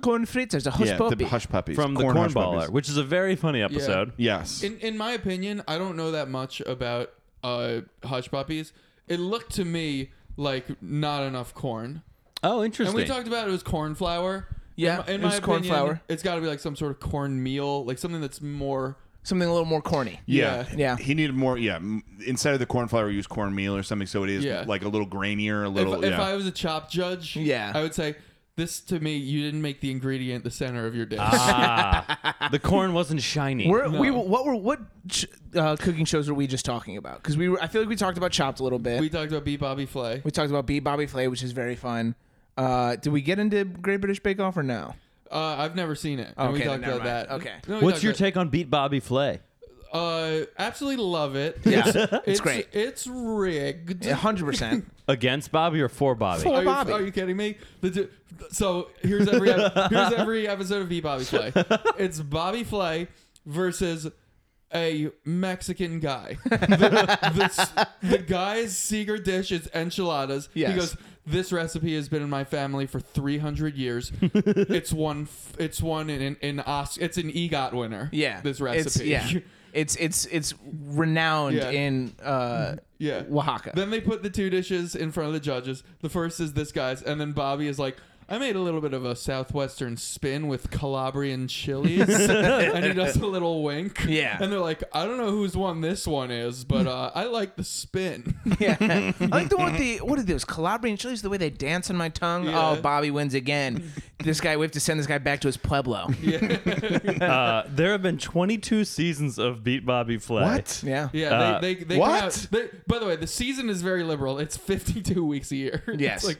Speaker 3: Corn fritters, a hush
Speaker 2: yeah,
Speaker 3: puppy.
Speaker 2: the hush puppies
Speaker 1: from the
Speaker 2: corn
Speaker 1: corn
Speaker 2: hush
Speaker 1: baller,
Speaker 2: puppies.
Speaker 1: which is a very funny episode.
Speaker 2: Yes.
Speaker 4: In in my opinion, I don't know that much about uh, hush puppies. It looked to me like not enough corn.
Speaker 1: Oh, interesting.
Speaker 4: And we talked about it was corn flour.
Speaker 3: Yeah,
Speaker 4: in, my-
Speaker 3: it
Speaker 4: in my
Speaker 3: was corn
Speaker 4: opinion,
Speaker 3: flour.
Speaker 4: It's got to be like some sort of corn meal, like something that's more.
Speaker 3: Something a little more corny.
Speaker 2: Yeah.
Speaker 4: Yeah.
Speaker 3: Yeah.
Speaker 2: He needed more. Yeah. m- Instead of the corn flour, use cornmeal or something so it is
Speaker 4: Yeah.
Speaker 2: like a little grainier, a
Speaker 4: If,
Speaker 2: little.
Speaker 4: if
Speaker 2: yeah.
Speaker 4: I was a chop judge,
Speaker 3: Yeah.
Speaker 4: I would say this to me. You didn't make the ingredient the center of your dish.
Speaker 1: ah, the corn wasn't shiny.
Speaker 3: We're, we were- what were what ch- uh, cooking shows were we just talking about? Because we were, I feel like we talked about Chopped a little bit.
Speaker 4: [LAUGHS] we
Speaker 3: We,
Speaker 4: talked about B Bobby Flay.
Speaker 3: talked about Beat Bobby Flay, which is very fun. Uh, did we get into Great British Bake Off or no?
Speaker 4: Uh, I've never seen it. and we
Speaker 3: Okay, then
Speaker 4: talked
Speaker 3: never
Speaker 4: about
Speaker 3: mind.
Speaker 4: that.
Speaker 3: Okay.
Speaker 4: No, we
Speaker 1: What's
Speaker 4: talked
Speaker 1: your
Speaker 4: about-
Speaker 1: take on Beat Bobby Flay?
Speaker 4: Uh, absolutely love it.
Speaker 3: Yeah,
Speaker 4: it's,
Speaker 3: it's great.
Speaker 4: It's rigged.
Speaker 3: hundred percent.
Speaker 4: [LAUGHS]
Speaker 1: Against Bobby or for Bobby?
Speaker 3: For-
Speaker 4: Are you,
Speaker 3: Bobby.
Speaker 4: are you kidding me? The du- so here's every ep- here's every episode of Be
Speaker 3: [LAUGHS]
Speaker 4: Bobby Flay. It's Bobby Flay versus a
Speaker 3: [LAUGHS]
Speaker 4: Mexican guy. The, the s- the guy's secret dish is enchiladas.
Speaker 3: Yes.
Speaker 4: He goes, "This recipe has been in my family for 300
Speaker 3: [LAUGHS]
Speaker 4: years. it's one. f- It's one in in, in Os- It's an EGOT winner.
Speaker 3: Yeah,
Speaker 4: this recipe.
Speaker 3: It's,
Speaker 4: [LAUGHS]
Speaker 3: yeah, it's it's it's renowned
Speaker 4: Yeah.
Speaker 3: in uh,
Speaker 4: Yeah.
Speaker 3: Oaxaca.
Speaker 4: Then they put the two dishes in front of the judges. The first is this guy's, and then Bobby is like, I made a little bit of a southwestern spin with
Speaker 2: [LAUGHS]
Speaker 4: Calabrian chilies, and he does a little wink.
Speaker 3: Yeah.
Speaker 4: and they're like, I don't know whose one this one is, but uh, I like the spin. [LAUGHS]
Speaker 3: yeah, I like the one with the what are those Calabrian chilies? The way they dance on my tongue.
Speaker 4: Yeah.
Speaker 3: Oh, Bobby wins again. this guy, we have to send this guy back to his pueblo.
Speaker 1: Uh, there have been 22 seasons of Beat Bobby Flay.
Speaker 2: what?
Speaker 3: Yeah,
Speaker 4: Yeah,
Speaker 1: Uh,
Speaker 4: they they, they
Speaker 2: what?
Speaker 4: Come out, they, by the way, the season is very liberal. It's fifty-two weeks a year. [LAUGHS] It's
Speaker 3: Yes.
Speaker 4: like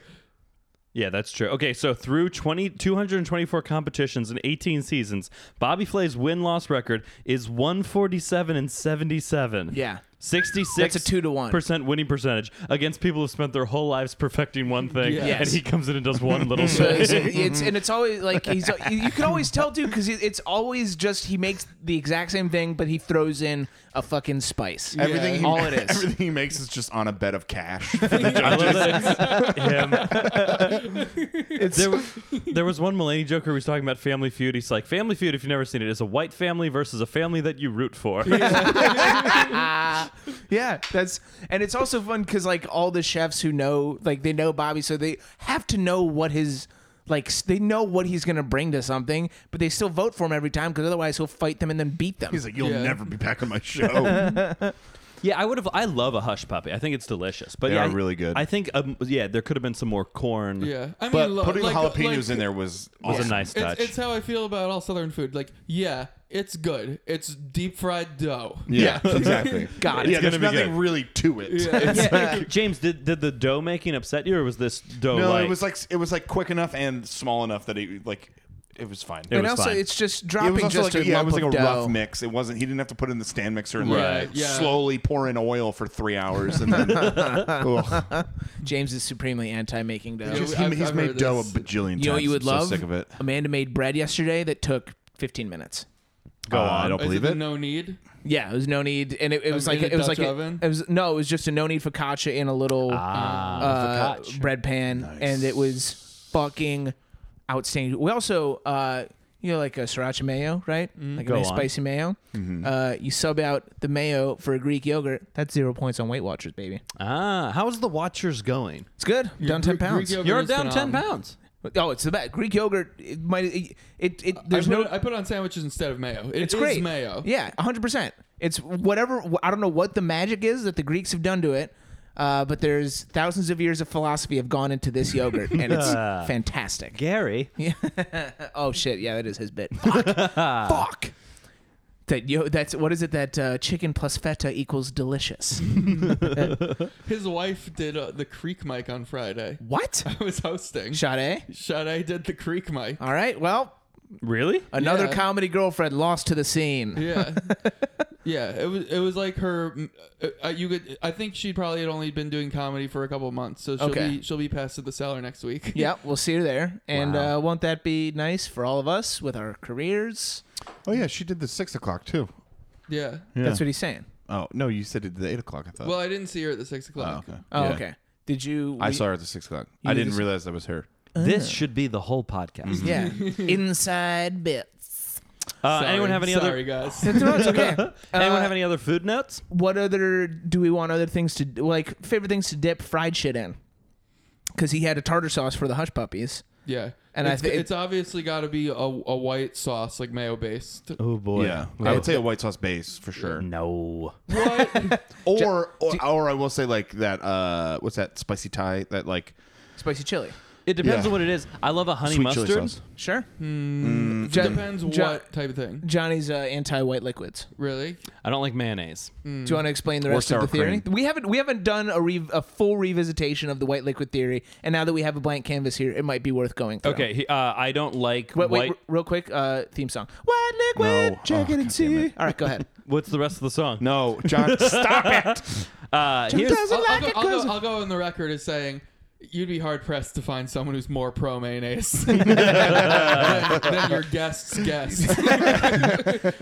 Speaker 1: Yeah, that's true. Okay, so through 20, 224 competitions and 18 seasons, Bobby Flay's win loss record is 147 and 77.
Speaker 3: Yeah.
Speaker 1: 66
Speaker 3: That's a two to one.
Speaker 1: percent winning percentage against people who've spent their whole lives perfecting one thing,
Speaker 4: Yeah.
Speaker 1: and
Speaker 3: Yes.
Speaker 1: he comes in and does one
Speaker 3: [LAUGHS]
Speaker 1: little
Speaker 3: So
Speaker 1: thing.
Speaker 3: it's, it's- and it's always like he's you can always tell too because it's always just he makes the exact same thing but he throws in a fucking spice.
Speaker 2: Everything he,
Speaker 3: All
Speaker 2: [LAUGHS]
Speaker 3: it is.
Speaker 2: Everything he makes is just on a bed of cash. [LAUGHS]
Speaker 1: I love that it's him. There, wa- there was one Mulaney joker who was talking about Family Feud. He's like, Family Feud, if you've never seen it, is a white family versus a family that you root for.
Speaker 3: [LAUGHS] Yeah, that's and it's also fun because like all the chefs who know like they know Bobby, so they have to know what his like s- they know what he's gonna bring to something, but they still vote for him every time because otherwise he'll fight them and then beat them.
Speaker 2: He's like, you'll
Speaker 4: Yeah.
Speaker 2: never be back on my show.
Speaker 1: yeah, I would have. I love a hush puppy. I think it's delicious. But
Speaker 2: They
Speaker 1: yeah,
Speaker 2: are
Speaker 1: I-
Speaker 2: really good.
Speaker 1: I think, um, yeah, there could have been some more corn.
Speaker 4: Yeah, I mean,
Speaker 2: but
Speaker 4: look,
Speaker 2: putting
Speaker 4: like-
Speaker 2: jalapenos
Speaker 4: like-
Speaker 2: in there was
Speaker 1: was
Speaker 2: awesome.
Speaker 1: a nice touch. [LAUGHS]
Speaker 4: It's, it's how I feel about all Southern food. Like, yeah, it's good. It's deep fried dough.
Speaker 2: Yeah, [LAUGHS] exactly.
Speaker 3: God,
Speaker 2: yeah,
Speaker 1: it's
Speaker 2: there's
Speaker 1: gonna be
Speaker 2: nothing
Speaker 1: good.
Speaker 2: really to it.
Speaker 1: James, did, did the dough making upset you, or was this dough
Speaker 2: [LAUGHS] No,
Speaker 1: like?
Speaker 2: it was like it was like quick enough and small enough that it like it was fine.
Speaker 1: It
Speaker 3: and
Speaker 1: was
Speaker 3: also
Speaker 1: fine.
Speaker 3: it's just
Speaker 2: It
Speaker 3: dropping
Speaker 2: was also
Speaker 3: just
Speaker 2: like
Speaker 3: a
Speaker 2: a, yeah, it
Speaker 3: lump
Speaker 2: was like a
Speaker 3: of
Speaker 2: rough
Speaker 3: dough.
Speaker 2: mix. It wasn't. He didn't have to put it in the stand mixer and
Speaker 1: Right,
Speaker 2: like
Speaker 4: yeah.
Speaker 2: slowly pour in oil for three hours and [LAUGHS] then. Ugh.
Speaker 3: James is supremely anti making dough.
Speaker 4: Yeah.
Speaker 2: Just-
Speaker 4: I've-
Speaker 2: he, he's
Speaker 4: I've
Speaker 2: made
Speaker 4: heard
Speaker 2: dough
Speaker 4: this.
Speaker 2: a bajillion times.
Speaker 3: You know what you would
Speaker 2: I'm
Speaker 3: love?
Speaker 2: So sick of it.
Speaker 3: Amanda made bread yesterday that took 15 minutes.
Speaker 2: Go on. Uh, I don't
Speaker 4: Is
Speaker 2: believe
Speaker 4: it, the
Speaker 2: it.
Speaker 4: no need?
Speaker 3: Yeah, it was no need, and it, it was
Speaker 4: made
Speaker 3: like
Speaker 4: in a
Speaker 3: it was
Speaker 4: Dutch
Speaker 3: like a-
Speaker 4: oven?
Speaker 3: it was no, it was just a no need focaccia in a little
Speaker 2: Ah,
Speaker 1: Ah,
Speaker 3: uh,
Speaker 1: focaccia.
Speaker 3: bread pan, and it was fucking outstanding. We also, uh, you know, like a sriracha mayo, right?
Speaker 4: Mm-hmm.
Speaker 3: Like a nice
Speaker 1: on.
Speaker 3: spicy mayo.
Speaker 2: Mm-hmm.
Speaker 3: Uh, you sub out the mayo for a Greek yogurt. That's zero points on Weight Watchers, baby.
Speaker 1: ah, how's the Watchers going?
Speaker 3: It's good. down ten
Speaker 4: Greek- Greek
Speaker 3: pounds.
Speaker 4: yogurt
Speaker 1: You're
Speaker 4: is
Speaker 1: down ten
Speaker 4: phenomenal.
Speaker 1: pounds.
Speaker 3: oh, it's the best. Greek yogurt. It might. It. It. it
Speaker 4: I
Speaker 3: there's
Speaker 4: put,
Speaker 3: no.
Speaker 4: it- I put it on sandwiches instead of mayo. It
Speaker 3: It's
Speaker 4: is
Speaker 3: great.
Speaker 4: mayo.
Speaker 3: Yeah, 100%. It's whatever. I don't know what the magic is that the Greeks have done to it, uh, but there's thousands of years of philosophy have gone into this yogurt, and it's fantastic.
Speaker 1: Gary,
Speaker 3: Oh shit! Yeah, that is his bit. Fuck. Fuck. That yo, that's what is it? That uh, chicken plus feta equals delicious.
Speaker 4: His wife did uh, the Creek mic on Friday. [LAUGHS]
Speaker 3: what?
Speaker 4: I was hosting.
Speaker 3: Sade.
Speaker 4: Sade did the Creek mic.
Speaker 3: All right. Well,
Speaker 1: really?
Speaker 3: another
Speaker 4: Yeah.
Speaker 3: comedy girlfriend lost to the scene. [LAUGHS]
Speaker 4: Yeah, yeah. It was it was like her. Uh, you could. I think she probably had only been doing comedy for a couple of months, so she'll
Speaker 3: Okay.
Speaker 4: be she'll be passed to the cellar next week.
Speaker 3: Yep, we'll see her there. And uh, won't that be nice for all of us with our careers?
Speaker 2: Oh yeah, she did the six o'clock too.
Speaker 4: [LAUGHS] yeah.
Speaker 3: That's what he's saying.
Speaker 2: Oh no, you said it did the eight o'clock. I thought.
Speaker 4: Well, I didn't see her at the six
Speaker 2: oh,
Speaker 4: o'clock.
Speaker 2: okay.
Speaker 3: Oh,
Speaker 2: Yeah.
Speaker 3: okay. Did you?
Speaker 2: I
Speaker 3: we-
Speaker 2: saw her at the six o'clock. I
Speaker 3: You
Speaker 2: didn't
Speaker 3: just-
Speaker 2: realize that was her.
Speaker 1: This should be the whole podcast.
Speaker 3: Yeah, [LAUGHS] inside
Speaker 1: Uh,
Speaker 3: bits.
Speaker 4: Mm-hmm. Sorry.
Speaker 1: anyone have any
Speaker 4: Sorry,
Speaker 1: other? [LAUGHS]
Speaker 3: [LAUGHS]
Speaker 4: guys?
Speaker 3: No, it's okay. Uh,
Speaker 1: Anyone have any other food notes?
Speaker 3: what other do we want other things to like? Favorite things to dip fried shit in? Because he had a tartar sauce for the hush puppies.
Speaker 4: Yeah,
Speaker 3: And I
Speaker 4: it's,
Speaker 3: thi-
Speaker 4: it's obviously got to be a, a white sauce, like mayo based.
Speaker 1: Oh boy.
Speaker 2: yeah, I would say a white sauce base for sure.
Speaker 3: Mm.
Speaker 1: No.
Speaker 4: What?
Speaker 2: Or or, or I will say like that. Uh, what's that spicy Thai? That like
Speaker 3: Spicy chili.
Speaker 1: It depends
Speaker 2: Yeah.
Speaker 1: on what it is. I love a honey
Speaker 2: sweet
Speaker 1: mustard.
Speaker 2: chili sauce.
Speaker 3: Sure.
Speaker 2: Mm,
Speaker 3: Jo-
Speaker 4: Depends
Speaker 3: Jo-
Speaker 4: what type of thing.
Speaker 3: Hmm. Johnny's uh, anti-white liquids.
Speaker 4: Really?
Speaker 1: I don't like mayonnaise.
Speaker 3: Do you want to explain the rest of
Speaker 2: sour
Speaker 3: the theory?
Speaker 2: cream.
Speaker 3: We haven't we haven't done a re- a full revisitation of the white liquid theory, and now that we have a blank canvas here, it might be worth going. Through.
Speaker 1: Okay, he, uh, I don't like
Speaker 3: Wait, wait
Speaker 1: white.
Speaker 3: r- real quick. Uh, theme song. White liquid.
Speaker 2: No.
Speaker 3: Check
Speaker 2: Oh,
Speaker 3: it
Speaker 2: God
Speaker 3: and
Speaker 2: damn
Speaker 3: see.
Speaker 2: it.
Speaker 3: All right, go ahead.
Speaker 1: What's the rest of the song?
Speaker 2: no, [LAUGHS] John, stop it.
Speaker 1: Uh, here's,
Speaker 3: doesn't
Speaker 4: I'll, I'll
Speaker 3: like
Speaker 4: go,
Speaker 3: it
Speaker 4: I'll,
Speaker 3: 'cause-
Speaker 4: go, I'll go on the record as saying you'd be hard pressed to find someone who's more pro [LAUGHS] mayonnaise than, than your guest's guest.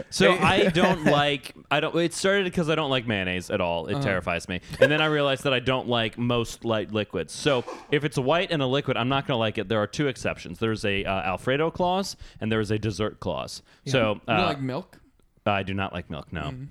Speaker 1: so
Speaker 3: [LAUGHS]
Speaker 1: I don't like. I don't. It started because I don't like mayonnaise at all.
Speaker 3: Uh-huh.
Speaker 1: It terrifies me. And then I realized that I don't like most light liquids. So if it's white and a liquid, I'm not gonna like it. There are two exceptions. There's a uh, Alfredo clause and there is a dessert clause. So
Speaker 4: You
Speaker 1: uh,
Speaker 4: like milk?
Speaker 1: I do not like milk. No.
Speaker 3: Mm-hmm.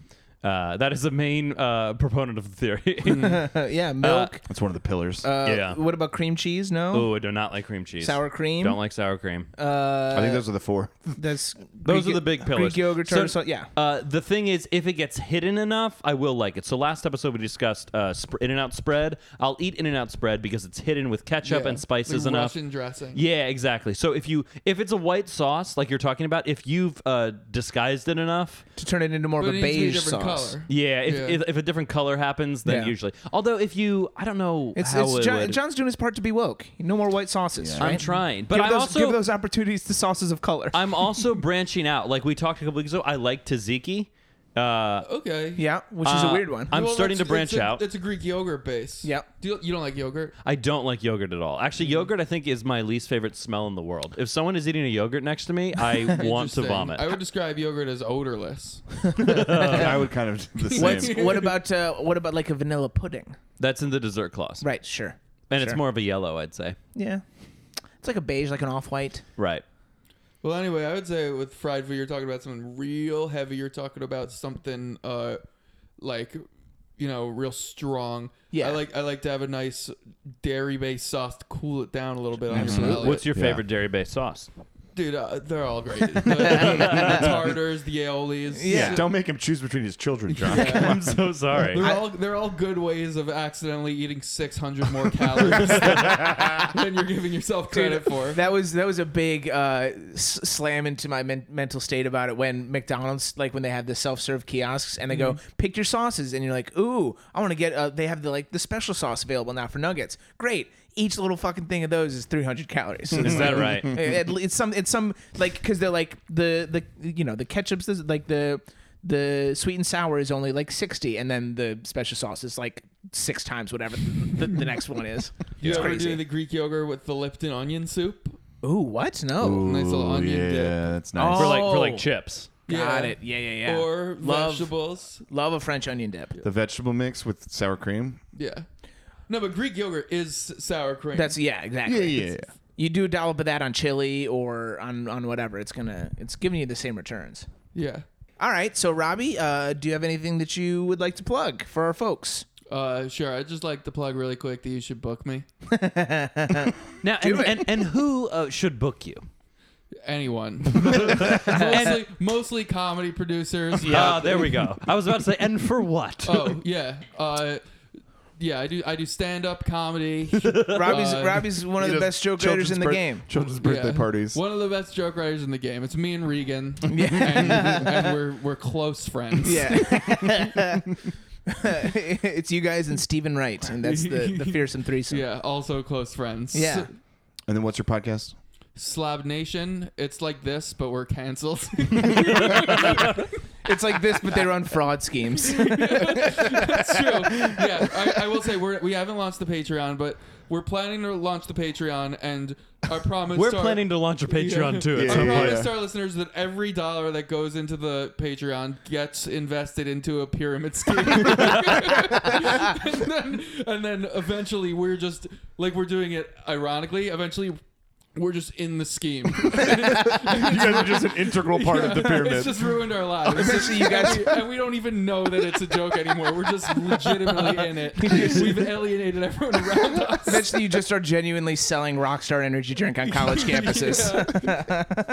Speaker 1: Uh, that is the main uh, proponent of the
Speaker 3: [LAUGHS]
Speaker 1: theory. [LAUGHS]
Speaker 3: Uh, yeah, milk.
Speaker 2: That's one of the pillars.
Speaker 3: Uh,
Speaker 1: yeah.
Speaker 3: What about cream cheese? No.
Speaker 1: Oh, I do not like cream cheese.
Speaker 3: Sour cream.
Speaker 1: Don't like sour cream.
Speaker 2: I think those are the four.
Speaker 3: That's
Speaker 1: Those
Speaker 3: Greek-
Speaker 1: are the big pillars.
Speaker 3: Greek yogurt,
Speaker 1: So,
Speaker 3: tartar sauce. Yeah.
Speaker 1: Uh, the thing is, if it gets hidden enough, I will like it. So last episode we discussed uh, sp- In and Out spread. I'll eat In and Out spread because it's hidden with ketchup
Speaker 4: Yeah.
Speaker 1: and spices
Speaker 4: Like
Speaker 1: enough.
Speaker 4: Russian dressing.
Speaker 1: Yeah, exactly. So if you if it's a white sauce like you're talking about, if you've uh, disguised it enough,
Speaker 3: To turn it into more
Speaker 4: But
Speaker 3: of
Speaker 4: it
Speaker 3: a
Speaker 4: needs to be a
Speaker 3: beige
Speaker 4: different
Speaker 3: sauce.
Speaker 4: color.
Speaker 1: yeah, if,
Speaker 4: Yeah.
Speaker 1: If, if a different color happens, then
Speaker 3: Yeah.
Speaker 1: usually. Although if you, I don't know
Speaker 3: It's,
Speaker 1: how
Speaker 3: it's
Speaker 1: it
Speaker 3: John,
Speaker 1: would.
Speaker 3: John's doing his part to be woke. No more white sauces.
Speaker 1: I'm
Speaker 3: right?
Speaker 1: trying, but
Speaker 3: give
Speaker 1: I'm
Speaker 3: those,
Speaker 1: also
Speaker 3: give those opportunities to sauces of color.
Speaker 1: I'm also branching out. Like we talked a couple weeks ago, I like tzatziki. Uh,
Speaker 4: Okay.
Speaker 3: Yeah, which is a
Speaker 1: Uh,
Speaker 3: weird one.
Speaker 1: I'm starting
Speaker 4: it's-
Speaker 1: to branch
Speaker 4: it's a-
Speaker 1: out.
Speaker 4: It's a Greek yogurt base.
Speaker 3: Yep.
Speaker 4: Do you, you don't like yogurt?
Speaker 1: I don't like yogurt at all. Actually, yogurt I think is my least favorite smell in the world. If someone is eating a yogurt next to [LAUGHS] me, I want to
Speaker 4: Interesting.
Speaker 1: vomit.
Speaker 4: I would describe yogurt as odorless.
Speaker 2: [LAUGHS] I would kind of do the same.
Speaker 3: What's, what about uh, what about like a vanilla pudding?
Speaker 1: That's in the dessert clause.
Speaker 3: Right, sure.
Speaker 1: And it's more of a yellow, I'd say.
Speaker 3: Yeah, it's like a beige, like an off-white.
Speaker 1: Right.
Speaker 4: Well, anyway, I would say with fried food, you're talking about something real heavy. You're talking about something uh, like, you know, real strong.
Speaker 3: Yeah.
Speaker 4: I like I like to have a nice dairy-based sauce to cool it down a little bit. On your palate.
Speaker 1: What's your
Speaker 2: Yeah.
Speaker 1: favorite dairy-based sauce?
Speaker 4: dude? Uh, they're all
Speaker 3: [LAUGHS]
Speaker 4: great. The, the tartars, the aiolis.
Speaker 2: yeah. Don't make him choose between his children, John.
Speaker 1: [LAUGHS] I'm so sorry.
Speaker 4: They're all they're all good ways of accidentally eating 600 more
Speaker 3: [LAUGHS]
Speaker 4: calories than you're giving yourself credit for.
Speaker 3: That was that was a big uh, s- slam into my men- mental state about it when McDonald's like when they have the self-serve kiosks and they go
Speaker 1: Mm-hmm.
Speaker 3: pick your sauces and you're like ooh I want to get uh, they have the like the special sauce available now for nuggets great each little fucking thing of those is 300 calories
Speaker 1: Is that
Speaker 3: [LAUGHS]
Speaker 1: right?
Speaker 3: It- it- it's some it's some like because they're like the the you know the ketchups is like the the sweet and sour is only like 60 and then the special sauce is like six times whatever the, the next one is
Speaker 4: [LAUGHS] You
Speaker 3: it's
Speaker 4: ever
Speaker 3: crazy
Speaker 4: do the Greek yogurt with the Lipton onion soup?
Speaker 3: ooh what no
Speaker 4: Nice little
Speaker 2: Ooh,
Speaker 4: onion
Speaker 2: yeah,
Speaker 4: dip.
Speaker 2: that's nice.
Speaker 1: For like for
Speaker 3: Oh.
Speaker 1: like chips.
Speaker 3: Got
Speaker 4: Yeah.
Speaker 3: it. Yeah, yeah, yeah.
Speaker 4: Or
Speaker 3: love,
Speaker 4: vegetables.
Speaker 3: love a French onion dip.
Speaker 2: The vegetable mix with sour cream.
Speaker 4: Yeah. No, but Greek yogurt is s- sour cream.
Speaker 3: That's yeah, exactly.
Speaker 2: yeah.
Speaker 3: You do a dollop of that on chili or on on whatever. It's gonna it's giving you the same returns.
Speaker 4: yeah.
Speaker 3: All right, so Robbie, uh, do you have anything that you would like to plug for our
Speaker 4: [LAUGHS]
Speaker 3: folks?
Speaker 4: Uh, sure. I'd just like to plug really quick that you should book me.
Speaker 1: Now, and, and, and who uh, should book you?
Speaker 3: [LAUGHS]
Speaker 4: Anyone. mostly, mostly comedy producers.
Speaker 1: Yeah,
Speaker 4: Uh,
Speaker 1: there we go. I was about to say, and for what?
Speaker 4: oh yeah. Uh, yeah. I do. I do stand
Speaker 2: [LAUGHS]
Speaker 4: up comedy.
Speaker 3: Robbie's
Speaker 4: Uh,
Speaker 3: Robbie's one of the
Speaker 2: He does
Speaker 3: best joke writers
Speaker 2: children's
Speaker 3: in the
Speaker 2: bir-
Speaker 3: game.
Speaker 2: Children's birthday
Speaker 4: Yeah.
Speaker 2: parties.
Speaker 4: One of the best joke writers in the game. It's me and
Speaker 3: [LAUGHS]
Speaker 4: Regan. And, and we're we're close friends.
Speaker 3: Yeah.
Speaker 4: [LAUGHS]
Speaker 3: [LAUGHS] it's you guys and Stephen Wright, and that's the, the
Speaker 4: [LAUGHS]
Speaker 3: fearsome threesome.
Speaker 4: Yeah, also close friends.
Speaker 3: Yeah.
Speaker 2: And then what's your podcast?
Speaker 4: Slab Nation, it's like this, but we're canceled. [LAUGHS]
Speaker 3: It's like this, but they run fraud
Speaker 4: [LAUGHS]
Speaker 3: schemes.
Speaker 4: That's true. Yeah, I, I will say we're, we haven't launched the Patreon, but we're planning to launch the Patreon, and our promise.
Speaker 1: We're
Speaker 4: to our-
Speaker 1: planning to launch a Patreon too. at
Speaker 2: Yeah.
Speaker 4: I
Speaker 1: some point.
Speaker 4: promise to our listeners that every dollar that goes into the Patreon gets invested into a pyramid scheme. [LAUGHS] and, then, and then eventually we're just, like we're doing it ironically, eventually we're just in the scheme.
Speaker 2: you guys are just an integral part
Speaker 4: [LAUGHS]
Speaker 2: of the
Speaker 4: it's
Speaker 2: pyramid.
Speaker 4: just ruined our lives.
Speaker 3: Essentially, you guys-
Speaker 4: and, we, and we don't even know that it's a joke anymore. We're just legitimately in it. We've alienated everyone around us.
Speaker 3: Eventually, you just are genuinely selling Rockstar energy drink on college campuses.
Speaker 4: [LAUGHS]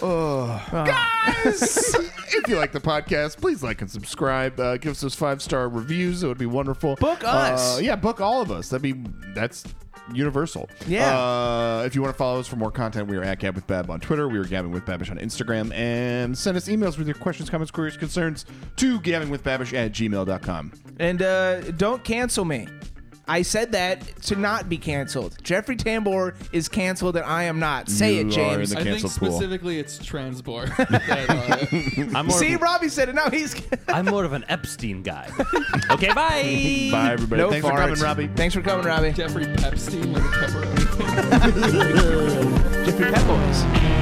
Speaker 4: Yeah.
Speaker 2: if you like the podcast, please like and subscribe. Uh, give us those five star reviews; it would be wonderful.
Speaker 3: Book us.
Speaker 2: Uh, yeah, book all of us. That'd be that's universal.
Speaker 3: Yeah.
Speaker 2: Uh, if you want to follow us for more content, we are at Gab with Bab on Twitter. We are Gabbing with Babish on Instagram, and send us emails with your questions, comments, queries, concerns to gabbingwithbabish at gmail.com.
Speaker 3: And uh, don't cancel me. I said that to not be canceled. Jeffrey Tambor is canceled, and I am not. Say
Speaker 2: You
Speaker 3: it,
Speaker 2: are
Speaker 3: James.
Speaker 2: the
Speaker 4: I think
Speaker 2: Cancel pool.
Speaker 4: specifically it's transport. [LAUGHS] that, uh,
Speaker 1: I'm more,
Speaker 3: See,
Speaker 1: of,
Speaker 3: Robbie said it. Now he's
Speaker 1: I'm more of an Epstein [LAUGHS] guy.
Speaker 3: [LAUGHS]
Speaker 1: okay, bye.
Speaker 2: Bye, everybody.
Speaker 3: no
Speaker 2: Thanks
Speaker 3: farts.
Speaker 2: for coming, Robbie.
Speaker 3: Thanks for coming, Robbie.
Speaker 4: Jeffrey Pepstein with a pepperoni.
Speaker 3: Jeffrey Pet Boys.